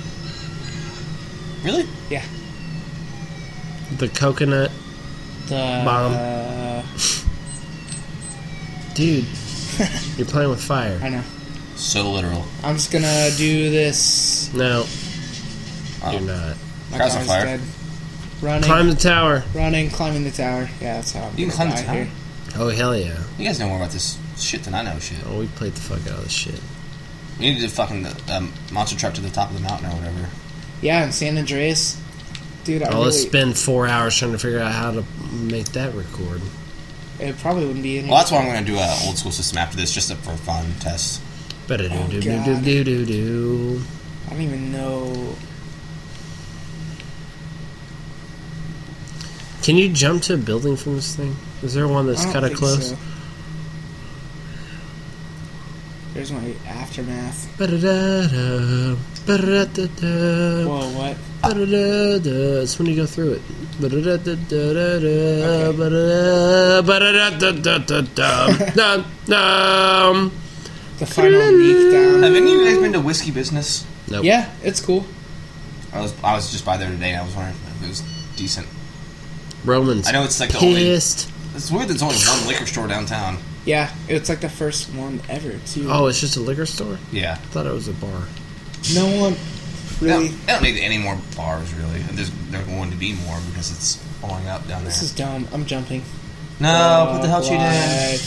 Speaker 5: Really?
Speaker 15: Yeah.
Speaker 1: The coconut.
Speaker 15: The
Speaker 1: Bomb.
Speaker 15: Uh,
Speaker 1: Dude, you're playing with fire.
Speaker 15: I know.
Speaker 5: So literal.
Speaker 15: I'm just gonna do this.
Speaker 1: No,
Speaker 5: Oh.
Speaker 1: you're not.
Speaker 15: My
Speaker 5: Crowds on
Speaker 15: car's
Speaker 5: fire.
Speaker 15: dead. Running,
Speaker 1: Climb the tower.
Speaker 15: running, climbing the tower. Yeah, that's how I'm
Speaker 5: You can
Speaker 15: gonna
Speaker 5: climb the
Speaker 15: die
Speaker 5: tower?
Speaker 15: here.
Speaker 1: Oh, hell yeah.
Speaker 5: You guys know more about this shit than I know shit.
Speaker 1: Oh, we played the fuck out of this shit.
Speaker 5: We need to do fucking the um, monster truck to the top of the mountain or whatever.
Speaker 15: Yeah, in San Andreas. Dude, I
Speaker 1: Oh,
Speaker 15: really.
Speaker 1: let's spend four hours trying to figure out how to make that record.
Speaker 15: it probably wouldn't be in
Speaker 5: Well,
Speaker 15: here.
Speaker 5: that's why I'm going to do an old school system after this, just for fun test.
Speaker 1: Better
Speaker 15: Oh,
Speaker 1: do do do
Speaker 15: God.
Speaker 1: do do do.
Speaker 15: I don't even know.
Speaker 1: Can you jump to a building from this thing? Is there one that's
Speaker 15: I don't
Speaker 1: kind of
Speaker 15: think
Speaker 1: close?
Speaker 15: so. There's my aftermath.
Speaker 1: Ba-da-da-da, ba-da-da-da,
Speaker 15: Whoa, what?
Speaker 1: ba-da-da-da. It's when you go through it. Ba-da-da-da-da-da, ba-da-da, ba-da-da-da-da-da, dum, dum.
Speaker 15: The final meek down.
Speaker 5: Have any of you guys been to Whiskey Business?
Speaker 1: Nope.
Speaker 15: Yeah, it's cool.
Speaker 5: I was I was just by there today. and I was wondering if it was decent.
Speaker 1: Romans.
Speaker 5: I know it's like the only.
Speaker 1: Pissed.
Speaker 5: It's weird. There's only one liquor store downtown.
Speaker 15: Yeah, it's like the first one ever too.
Speaker 1: Oh, it's just a liquor store?
Speaker 5: Yeah.
Speaker 1: I thought it was a bar.
Speaker 15: no one really.
Speaker 5: I don't need any more bars really. There's there's going to be more because it's blowing up down there.
Speaker 15: This is dumb. I'm jumping.
Speaker 5: no, what the hell she
Speaker 15: Like-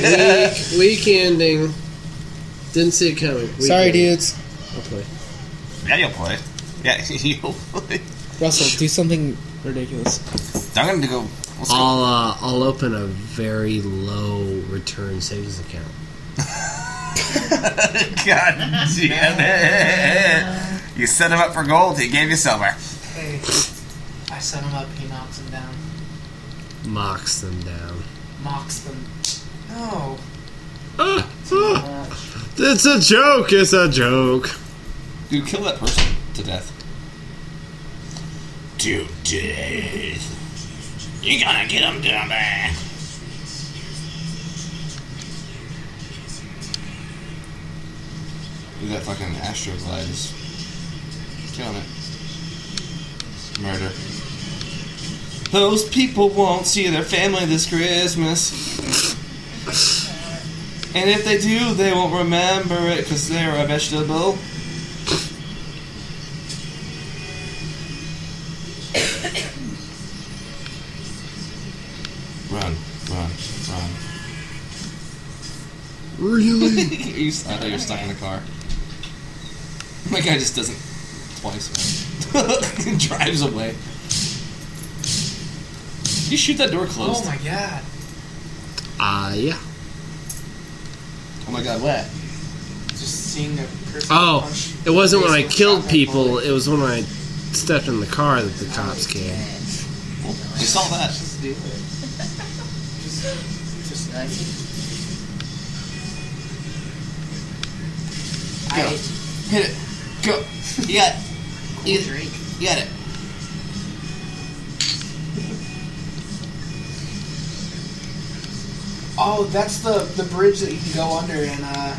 Speaker 5: did?
Speaker 1: Week, week ending. Didn't see it coming. Week
Speaker 15: Sorry,
Speaker 1: ending.
Speaker 15: dudes.
Speaker 1: I'll play.
Speaker 5: yeah, you'll play. Yeah, you'll play.
Speaker 15: Russell, do something ridiculous.
Speaker 5: I'm gonna go. Let's go.
Speaker 1: I'll uh, I'll open a very low return savings account.
Speaker 5: God damn it! You set him up for gold. He gave you silver.
Speaker 15: Hey, I set him up. He knocks him down.
Speaker 1: Mocks them down.
Speaker 15: Mocks them. No.
Speaker 1: It's a joke. It's a joke.
Speaker 5: Dude, kill that person to death. To death. You gotta get him down there. Dude, that fucking astroglide is killing it. Murder. Those people won't see their family this Christmas. And if they do, they won't remember it because they're a vegetable. Run, run, run.
Speaker 1: Really?
Speaker 5: you, I thought you were stuck in the car. My guy just doesn't twice, man. Drives away. You shoot that door closed.
Speaker 15: Oh my god.
Speaker 1: Ah, uh, yeah.
Speaker 5: Oh my god, what?
Speaker 15: Just seeing a person.
Speaker 1: Oh,
Speaker 15: punch
Speaker 1: it wasn't when I
Speaker 15: Jason
Speaker 1: killed
Speaker 15: Statham.
Speaker 1: people. It was when I stepped in the car that the cops came.
Speaker 5: You saw that.
Speaker 15: Just do it. Just, just nice.
Speaker 5: Go. Hit it. Go. You got it. You, you got it.
Speaker 15: Oh, that's the the bridge that you can go under, and uh,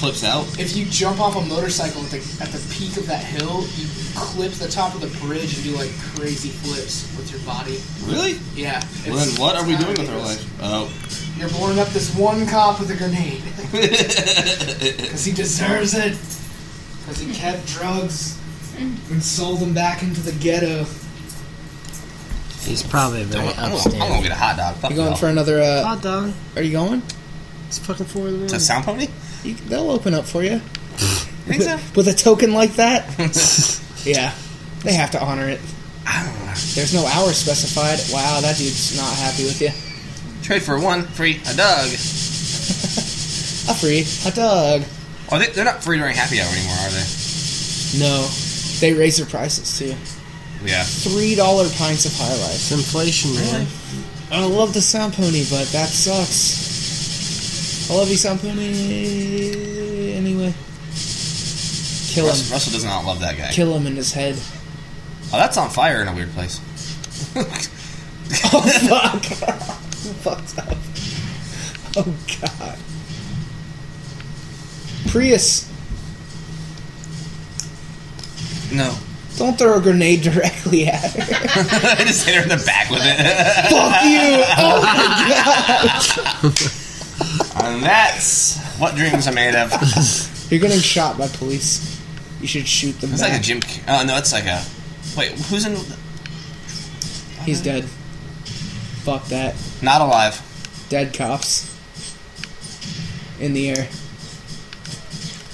Speaker 5: Flips out.
Speaker 15: if you jump off a motorcycle at the at the peak of that hill, you clip the top of the bridge and do like crazy flips with your body.
Speaker 5: Really?
Speaker 15: Yeah.
Speaker 5: Well,
Speaker 15: it's-
Speaker 5: then what
Speaker 15: it's
Speaker 5: are we
Speaker 15: kinda
Speaker 5: doing with our
Speaker 15: ridiculous.
Speaker 5: life? Oh.
Speaker 15: You're blowing up this one cop with a grenade.
Speaker 5: Dude,
Speaker 15: Because he deserves it. Because he kept drugs and sold them back into the ghetto.
Speaker 1: He's probably very
Speaker 5: I'm gonna, I'm gonna
Speaker 1: upstanding.
Speaker 5: get a hot dog. Fuck
Speaker 15: You going
Speaker 5: no.
Speaker 15: for another, uh,
Speaker 1: Hot dog.
Speaker 15: are you going?
Speaker 1: It's fucking four in the
Speaker 5: to
Speaker 1: morning.
Speaker 5: sound pony?
Speaker 15: You, they'll open up for you.
Speaker 5: You think so?
Speaker 15: With a token like that? yeah. They have to honor it. There's no hour specified. Wow, that dude's not happy with you.
Speaker 5: Trade for one, free, a dog.
Speaker 15: A free hot dog.
Speaker 5: Oh, they, they're not free during happy hour anymore, are they?
Speaker 15: No. They raise their prices too.
Speaker 5: Yeah.
Speaker 15: Three dollar pints of high life.
Speaker 1: It's inflation, man.
Speaker 15: I love the sound pony, but that sucks. I love you, sound pony. Anyway, kill him.
Speaker 5: Russell, Russell does not love that guy.
Speaker 15: Kill him in his head.
Speaker 5: Oh, that's on fire in a weird place.
Speaker 15: Oh fuck! Fucked up. Oh god. Prius,
Speaker 5: No.
Speaker 15: don't throw a grenade directly at her.
Speaker 5: I just hit her in the back with it.
Speaker 15: Fuck you! Oh,
Speaker 5: and that's what dreams are made of. It's
Speaker 15: you're getting shot by police. You should shoot them
Speaker 5: like
Speaker 15: back.
Speaker 5: a Jim. Car- Oh no, it's like a. Wait, who's in?
Speaker 15: He's dead. Fuck that.
Speaker 5: Not alive.
Speaker 15: Dead cops. In the air.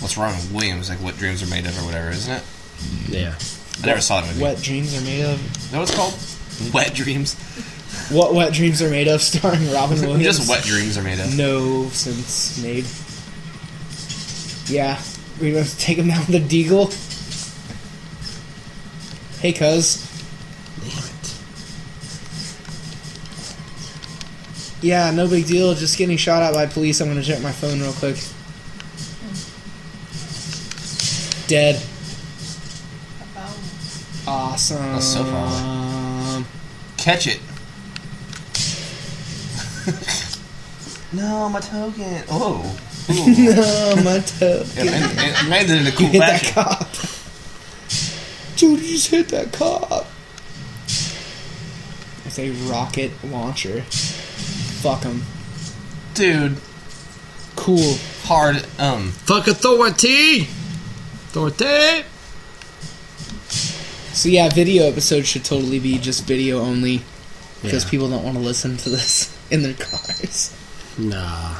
Speaker 5: What's wrong with Williams? Like what dreams are made of, or whatever, isn't it?
Speaker 1: Yeah.
Speaker 5: I never saw that movie.
Speaker 15: What dreams are made of.
Speaker 5: Is that what it's called? Wet dreams.
Speaker 15: What Wet Dreams Are Made Of, starring Robin Williams.
Speaker 5: Just what dreams are made of.
Speaker 15: No sense made. Yeah, we must take him down with a deagle. Hey, cuz.
Speaker 1: Damn it.
Speaker 15: Yeah, no big deal. Just getting shot at by police. I'm gonna check my phone real quick. Dead.
Speaker 12: Oh,
Speaker 15: Awesome. That's
Speaker 5: so far away. Catch it. no, my token. Oh. Ooh.
Speaker 15: no, my toe.
Speaker 5: it, landed, it landed in a cool
Speaker 15: uh, Hit that
Speaker 5: fashion.
Speaker 15: cop. Dude, you just hit that cop. It's a rocket launcher. Fuck him.
Speaker 5: Dude,
Speaker 15: Cool.
Speaker 5: hard. Um,
Speaker 1: Fuck authority! Authority!
Speaker 15: So yeah, video episodes should totally be just video only, because people don't want to listen to this in their cars.
Speaker 1: Nah.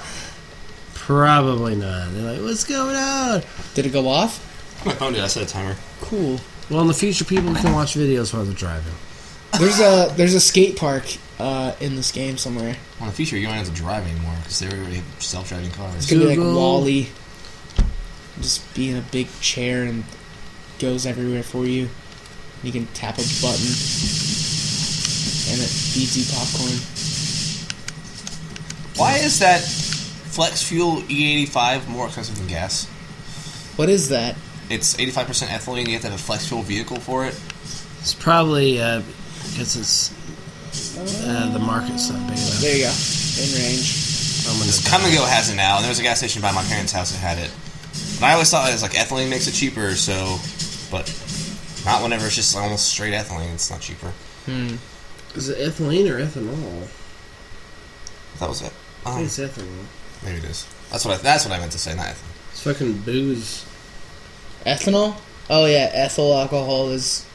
Speaker 1: Probably not. They're like, what's going on?
Speaker 15: Did it go off?
Speaker 5: my phone did. I set a timer.
Speaker 15: Cool.
Speaker 1: Well, in the future, people can watch videos while they're driving.
Speaker 15: There's a there's a skate park uh, in this game somewhere.
Speaker 5: Well, in the future, you don't have to drive anymore because they already have self-driving
Speaker 15: It's
Speaker 5: cars.
Speaker 15: gonna be like
Speaker 1: Google.
Speaker 15: Wally, just be in a big chair and goes everywhere for you. You can tap a button, and it feeds you popcorn.
Speaker 5: Why is that flex fuel E85 more expensive than gas?
Speaker 15: What is that?
Speaker 5: It's 85% ethylene. You have to have a flex fuel vehicle for it.
Speaker 1: It's probably uh, because it's uh, the market's not big enough.
Speaker 15: There you go. In range.
Speaker 1: I'm gonna
Speaker 5: Come and Go has it now, and there was a gas station by my parents' house that had it. And I always thought it was like ethylene makes it cheaper, so, but not whenever it's just almost straight ethylene. It's not cheaper.
Speaker 1: Is it ethylene or ethanol?
Speaker 5: That was it.
Speaker 1: I
Speaker 5: Oh,
Speaker 1: think it's ethanol.
Speaker 5: maybe it is. That's what I, that's what I meant to say. Not ethylene.
Speaker 1: It's fucking booze
Speaker 15: Ethanol? Oh yeah, ethyl alcohol is,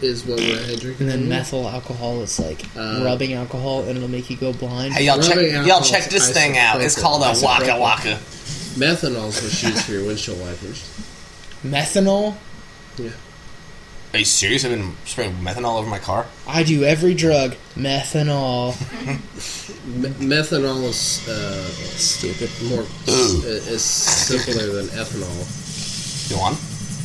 Speaker 1: is what we're drinking.
Speaker 15: and then methyl alcohol is like
Speaker 1: Mm-hmm. Uh,
Speaker 15: rubbing alcohol, and it'll make you go blind.
Speaker 5: Hey y'all check
Speaker 1: Rubbing
Speaker 5: y'all
Speaker 1: alcohol
Speaker 5: check
Speaker 1: is
Speaker 5: this thing out. It's
Speaker 1: isopropyl.
Speaker 5: called a waka
Speaker 1: Isopropyl.
Speaker 5: waka.
Speaker 1: Methanol's what's used for your windshield wipers.
Speaker 15: Methanol?
Speaker 5: Are you serious? I've been spraying methanol all over my car.
Speaker 15: I do every drug. Methanol.
Speaker 1: Me- methanol is uh,
Speaker 15: Stupid.
Speaker 1: more uh, is is simpler than ethanol.
Speaker 5: You on?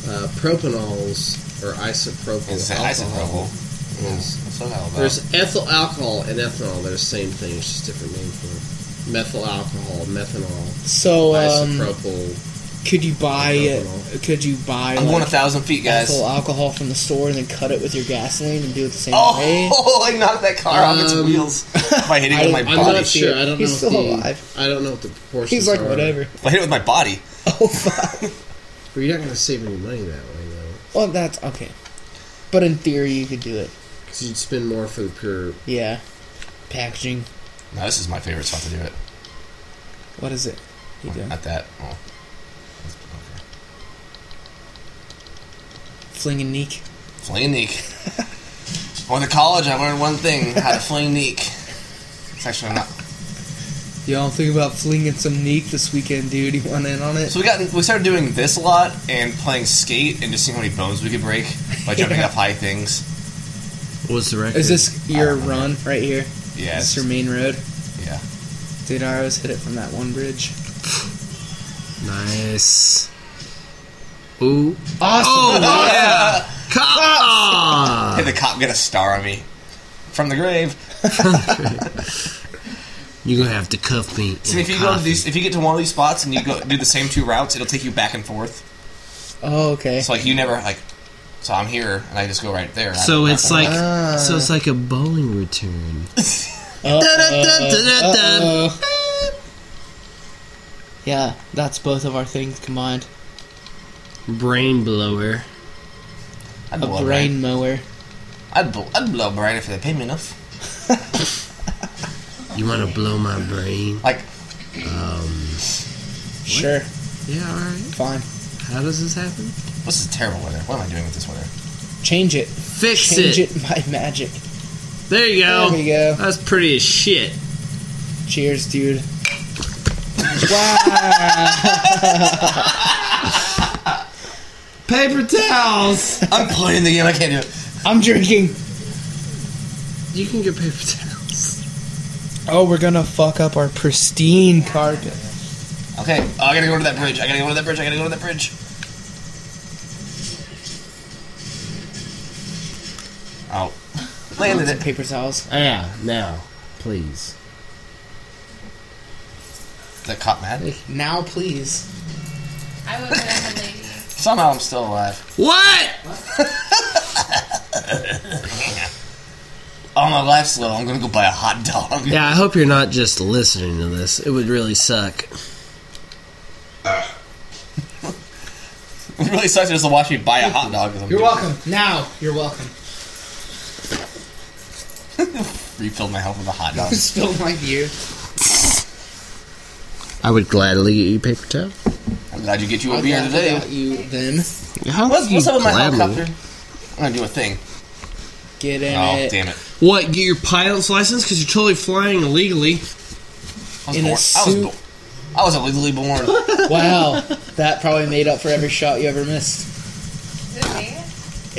Speaker 1: Uh, propanols or isopropyl
Speaker 5: It's an
Speaker 1: alcohol
Speaker 5: isopropyl.
Speaker 1: is
Speaker 5: What's that all about?
Speaker 1: There's ethyl alcohol and ethanol. They're the same thing. It's just a different name for it. Methyl alcohol, methanol,
Speaker 15: So um,
Speaker 1: isopropyl.
Speaker 15: could you buy?
Speaker 1: Isopropyl.
Speaker 15: Could you buy
Speaker 5: I'm going a
Speaker 15: like,
Speaker 5: thousand feet, guys.
Speaker 15: ethyl alcohol from the store and then cut it with your gasoline and do it the same way?
Speaker 5: Oh, I knocked that car off its
Speaker 1: Um,
Speaker 5: wheels by hitting it
Speaker 15: I-
Speaker 5: with my
Speaker 1: I'm
Speaker 5: body.
Speaker 1: not sure. I don't
Speaker 15: He's
Speaker 1: know.
Speaker 15: still
Speaker 1: if the,
Speaker 15: alive.
Speaker 1: I don't know what the proportions
Speaker 15: He's like
Speaker 1: are.
Speaker 15: whatever.
Speaker 5: I hit it with my body.
Speaker 15: Oh fuck.
Speaker 1: But you're not going to save any money that way, though.
Speaker 15: well, that's okay. But in theory, you could do it.
Speaker 1: Because you'd spend more for the pure.
Speaker 15: Yeah. Packaging.
Speaker 5: Now this is my favorite spot to do it.
Speaker 15: What is it? You doing?
Speaker 5: Not that. Oh.
Speaker 15: Flinging neek.
Speaker 5: Fling and neek. I went to college. I learned one thing: how to fling neek. It's actually not.
Speaker 15: Y'all think about flinging some neek this weekend, dude. You want in on it?
Speaker 5: So we got we started doing this a lot and playing skate and just seeing how many bones we could break by jumping off high things.
Speaker 1: What was the record?
Speaker 15: Is this your
Speaker 5: Uh,
Speaker 15: run right here?
Speaker 5: Yeah,
Speaker 15: Is
Speaker 5: it's-
Speaker 15: this your main road?
Speaker 5: yeah.
Speaker 15: Dude, I always hit it from that one bridge.
Speaker 1: Nice. Ooh.
Speaker 15: Awesome!
Speaker 1: Ka-
Speaker 5: Hey, the cop got a star on me from the grave.
Speaker 1: You're going to have to cuff me.
Speaker 5: See, if you go to these, if you get to one of these spots and you go do the same two routes, it'll take you back and forth.
Speaker 15: Oh, okay.
Speaker 5: It's like you never like. So I'm here and I just go right there.
Speaker 1: So it's like
Speaker 15: Ah.
Speaker 1: so it's like a bowling return.
Speaker 15: Uh-oh. Yeah, that's both of our things combined.
Speaker 1: Brain blower.
Speaker 5: I'd
Speaker 15: A
Speaker 5: blow
Speaker 15: brain mower.
Speaker 5: I'd, bl- I'd blow brain if they pay me enough.
Speaker 1: You want to blow my brain?
Speaker 5: Like
Speaker 15: Sure,
Speaker 1: Yeah, all right.
Speaker 15: fine.
Speaker 1: How does this happen?
Speaker 5: This is terrible weather. What am I doing with this weather?
Speaker 15: Change it.
Speaker 1: Fix
Speaker 15: Change
Speaker 1: it.
Speaker 15: it by magic.
Speaker 1: There you go.
Speaker 15: There we go.
Speaker 1: That's pretty as shit.
Speaker 15: Cheers, dude. Wow!
Speaker 1: Paper towels.
Speaker 5: I'm playing the game. I can't do it.
Speaker 15: I'm drinking.
Speaker 1: you can get paper towels.
Speaker 15: Oh, we're gonna fuck up our pristine carpet.
Speaker 5: Okay, oh, I gotta go to that bridge. I gotta go to that bridge. I gotta go to that bridge. Oh, landed
Speaker 15: Some
Speaker 5: it.
Speaker 15: paper towels.
Speaker 1: Yeah. Now, please.
Speaker 5: That caught my head.
Speaker 15: Now, please.
Speaker 12: I would have a lady.
Speaker 5: Somehow I'm still alive.
Speaker 1: What?
Speaker 5: Oh, my life's low. I'm gonna go buy a hot dog.
Speaker 1: Yeah, I hope you're not just listening to this. It would really suck.
Speaker 5: It really sucks just to watch me buy a hot dog.
Speaker 15: You're welcome. Now, you're welcome.
Speaker 5: Refilled my health with a hot dog.
Speaker 15: Spill my beer.
Speaker 1: I would gladly get you paper towel.
Speaker 5: I'm glad you get you a
Speaker 15: I
Speaker 5: beer
Speaker 15: forgot
Speaker 5: today.
Speaker 15: about you then.
Speaker 1: How
Speaker 5: What's,
Speaker 1: you
Speaker 5: what's up with my
Speaker 1: gladly-
Speaker 5: helicopter? I'm gonna do a thing.
Speaker 15: Get in
Speaker 5: Oh,
Speaker 15: it.
Speaker 5: damn it.
Speaker 1: What? Get your pilot's license because you're totally flying illegally.
Speaker 5: I was
Speaker 15: In a
Speaker 5: born. I was
Speaker 15: suit.
Speaker 5: born. I was illegally born.
Speaker 15: Wow, that probably made up for every shot you ever missed.
Speaker 12: Is it me?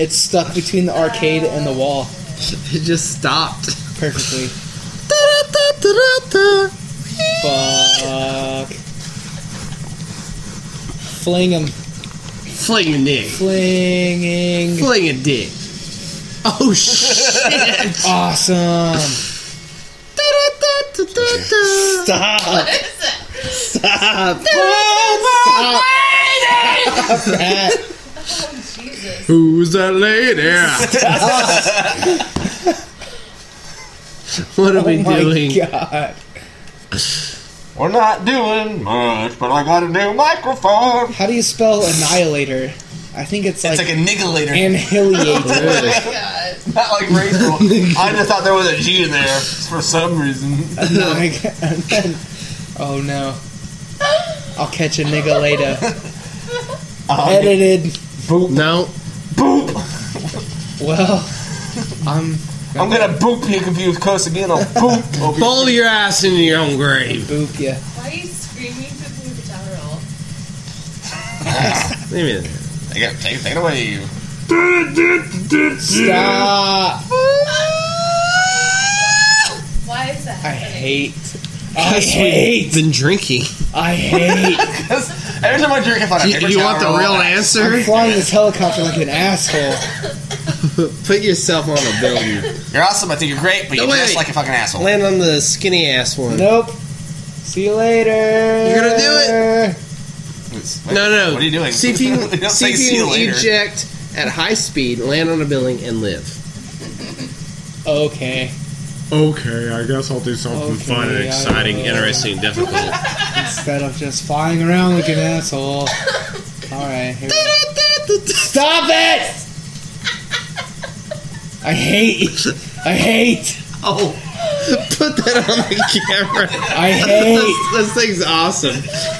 Speaker 15: It's stuck between the arcade and the wall
Speaker 1: It just stopped.
Speaker 15: perfectly. Fuck. Fling him.
Speaker 1: Fling a dick.
Speaker 15: Flinging.
Speaker 1: Fling a dick. Oh shit!
Speaker 15: Awesome. Stop.
Speaker 12: What is it?
Speaker 15: Stop. Stop. Stop that.
Speaker 12: Oh, Jesus.
Speaker 1: Who's that lady? what are we
Speaker 15: Oh my
Speaker 1: doing?
Speaker 15: God.
Speaker 5: We're not doing much, but I got a new microphone.
Speaker 15: How do you spell annihilator? I think it's like,
Speaker 5: It's like a niggalator.
Speaker 15: annihilator.
Speaker 12: Oh, my God.
Speaker 5: Not like rainbow. I just thought there was a G in there for some reason.
Speaker 15: Anni- oh no. I'll catch a nigga later.
Speaker 5: Um,
Speaker 15: Edited.
Speaker 1: No,
Speaker 5: Boop!
Speaker 15: Well, I'm
Speaker 5: I'm gonna boop you if you curse again. I'll boop. over you.
Speaker 1: bowl your ass into your own grave.
Speaker 15: boop ya.
Speaker 12: Why are you screaming to the guitar roll?
Speaker 1: Leave me there.
Speaker 5: I gotta take, take it away.
Speaker 15: Stop.
Speaker 12: Why is that
Speaker 15: I
Speaker 12: happening?
Speaker 15: hate. I hate.
Speaker 1: Been drinking.
Speaker 15: I hate.
Speaker 5: Every time I drink, I find a
Speaker 1: You,
Speaker 5: paper
Speaker 1: you want the
Speaker 5: towel.
Speaker 1: real
Speaker 15: I'm
Speaker 1: answer?
Speaker 15: flying this helicopter like an asshole.
Speaker 1: Put yourself on a building.
Speaker 5: You're awesome. I think you're great, but
Speaker 1: No,
Speaker 5: you're
Speaker 1: wait.
Speaker 5: just like a fucking asshole.
Speaker 1: Land on the skinny ass one.
Speaker 15: Nope. See you later.
Speaker 1: You're gonna do
Speaker 15: it.
Speaker 5: It's-
Speaker 1: No, no.
Speaker 5: What are you doing?
Speaker 1: See if you,
Speaker 5: They don't
Speaker 1: see
Speaker 5: say
Speaker 1: if
Speaker 5: see you
Speaker 1: you can
Speaker 5: later.
Speaker 1: eject at high speed, land on a building, and live.
Speaker 15: Okay.
Speaker 16: Okay, I guess I'll do something
Speaker 15: Okay,
Speaker 16: fun and
Speaker 15: I
Speaker 16: exciting,
Speaker 15: will.
Speaker 16: interesting, difficult.
Speaker 15: Instead of just flying around like an asshole. Alright, here we go. Stop it! I hate. I hate.
Speaker 1: Oh, put that on the camera.
Speaker 15: I hate.
Speaker 1: this, this thing's awesome.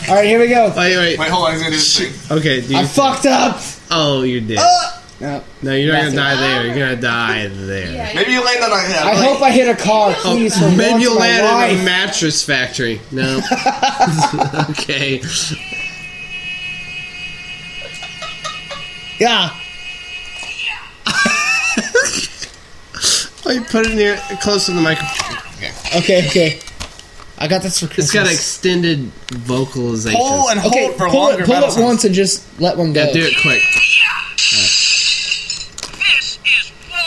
Speaker 15: Alright, here we go.
Speaker 1: Wait, wait.
Speaker 5: Wait, hold on. He's gonna do this thing.
Speaker 1: Okay, do you,
Speaker 15: I'm fucked up!
Speaker 1: oh, you're dead.
Speaker 5: Uh!
Speaker 15: No.
Speaker 1: no, you're not gonna die
Speaker 15: That's
Speaker 1: there. You're gonna die there.
Speaker 12: Yeah,
Speaker 5: Maybe you land on a
Speaker 15: I hope I hit a
Speaker 5: Oh,
Speaker 15: car, please. for
Speaker 1: Maybe
Speaker 15: once
Speaker 1: you
Speaker 15: in my
Speaker 1: land in a
Speaker 15: life.
Speaker 1: mattress factory. No. okay.
Speaker 15: Yeah.
Speaker 1: Oh, you put it near, close to the microphone.
Speaker 15: Okay, okay. I got this for Christmas.
Speaker 1: It's got extended vocalization.
Speaker 5: Pull and hold
Speaker 15: Okay,
Speaker 5: for
Speaker 15: pull
Speaker 5: longer.
Speaker 15: it, pull
Speaker 5: battle
Speaker 15: it
Speaker 5: songs.
Speaker 15: once and just let one go.
Speaker 1: yeah, do it quick.
Speaker 17: This is war.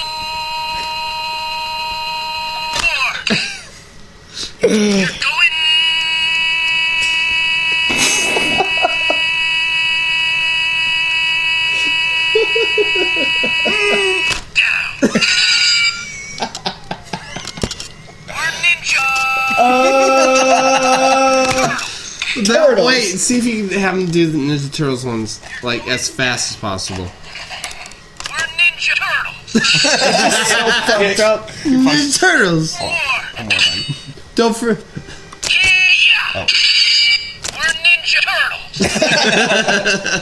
Speaker 17: You're going down. We're ninja.
Speaker 1: That, wait, see if you can have them do the Ninja Turtles ones like as fast as possible.
Speaker 17: We're ninja turtles.
Speaker 15: Fucked up.
Speaker 1: Ninja Turtles.
Speaker 17: War.
Speaker 1: Don't for.
Speaker 17: Yeah. We're ninja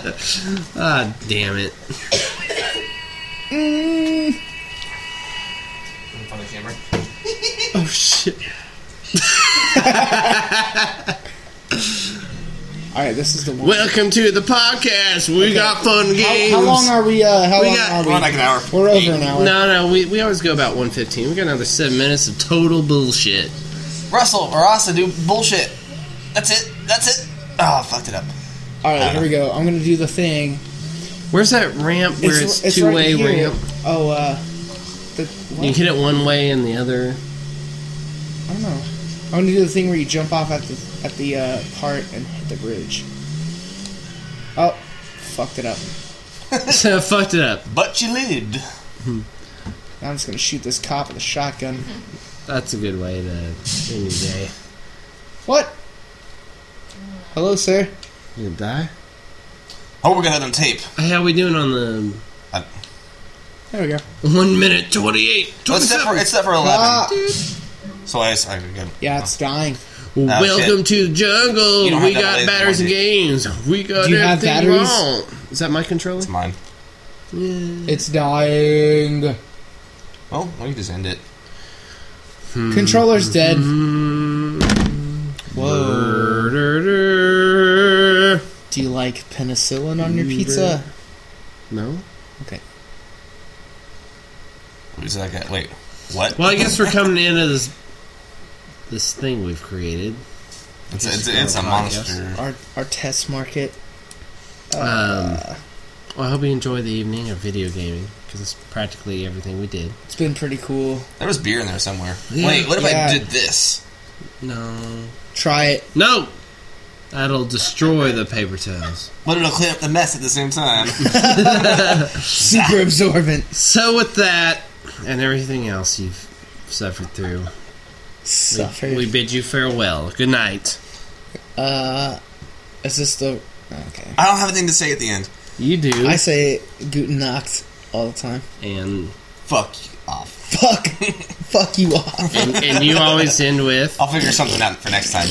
Speaker 17: turtles.
Speaker 1: Ah, damn it. Oh shit.
Speaker 15: Alright, this is the one.
Speaker 1: Welcome to the podcast. We got fun
Speaker 15: How,
Speaker 1: games.
Speaker 15: how long are we, uh, how
Speaker 1: We
Speaker 15: long
Speaker 1: got-
Speaker 15: are we?
Speaker 5: We're on like an hour.
Speaker 15: We're over an hour.
Speaker 1: No, no, we, we always go about 115. We got another seven minutes of total bullshit.
Speaker 5: Russell or Asa do bullshit. That's it. That's it. Oh, I fucked it up.
Speaker 15: Alright, here we go. I'm gonna do the thing.
Speaker 1: Where's that ramp where it's,
Speaker 15: it's
Speaker 1: two way
Speaker 15: right here.
Speaker 1: ramp?
Speaker 15: Oh, uh, the,
Speaker 1: You
Speaker 15: what?
Speaker 1: can hit it one way and the other.
Speaker 15: I don't know. I'm gonna do the thing where you jump off at the at the uh, part and hit the bridge. Oh, fucked it up.
Speaker 1: So I fucked it up.
Speaker 5: But you lived.
Speaker 15: Now I'm just gonna shoot this cop with a shotgun.
Speaker 1: That's a good way to end your day.
Speaker 15: What? Hello, sir.
Speaker 1: You gonna die?
Speaker 5: Oh, we got it on tape.
Speaker 1: Hey, how we doing on the
Speaker 15: There we go.
Speaker 1: one minute twenty eight?
Speaker 5: Well, it's, set for, it's set for 11.
Speaker 15: Ah,
Speaker 5: So I, I again.
Speaker 15: yeah, it's dying.
Speaker 1: Welcome to the
Speaker 5: Oh, You don't
Speaker 1: jungle.
Speaker 5: have
Speaker 1: We
Speaker 5: that
Speaker 1: got
Speaker 5: laser
Speaker 1: batteries
Speaker 5: one,
Speaker 1: and
Speaker 5: do
Speaker 1: games. We got
Speaker 15: Do you have
Speaker 1: everything
Speaker 15: batteries?
Speaker 1: wrong. Is that my controller?
Speaker 5: It's mine.
Speaker 15: It's dying.
Speaker 5: Well, we can just end it.
Speaker 15: Controller's dead. Whoa. Do you like penicillin on your pizza?
Speaker 1: Mm-hmm. No.
Speaker 5: Who's that guy? Wait, what?
Speaker 1: Well, I guess we're coming into this this thing we've created.
Speaker 5: It's, a, it's, a, it's a monster.
Speaker 15: Our our test market.
Speaker 1: Um, well, I hope you enjoy the evening of video gaming because it's practically everything we did.
Speaker 15: It's been pretty cool.
Speaker 5: There was beer in there somewhere.
Speaker 1: Yeah.
Speaker 5: Wait, what if
Speaker 15: Yeah.
Speaker 5: I did this?
Speaker 1: No,
Speaker 15: Try it.
Speaker 1: no, that'll destroy the paper towels.
Speaker 5: But it'll clean up the mess at the same time.
Speaker 15: Super absorbent.
Speaker 1: So with that and everything else you've suffered through,
Speaker 15: Suffered.
Speaker 1: we bid you farewell. Good night.
Speaker 15: uh, is this the? Okay.
Speaker 5: I don't have anything to say at the end.
Speaker 1: You do,
Speaker 15: I say Guten Nacht all the time.
Speaker 1: and
Speaker 5: Fuck you off.
Speaker 15: Fuck. Fuck you off.
Speaker 1: and, and you always end with.
Speaker 5: I'll figure something out for next time.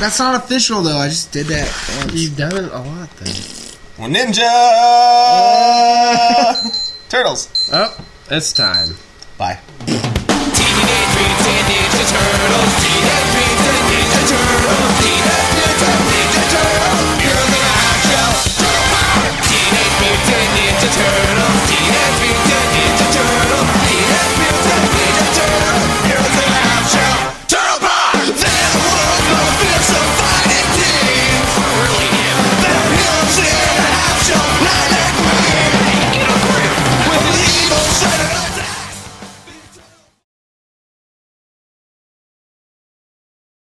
Speaker 15: That's not official though. I just did that.
Speaker 1: You've done it a lot, though.
Speaker 5: Well, ninja! Turtles.
Speaker 1: Oh, it's time.
Speaker 5: Bye.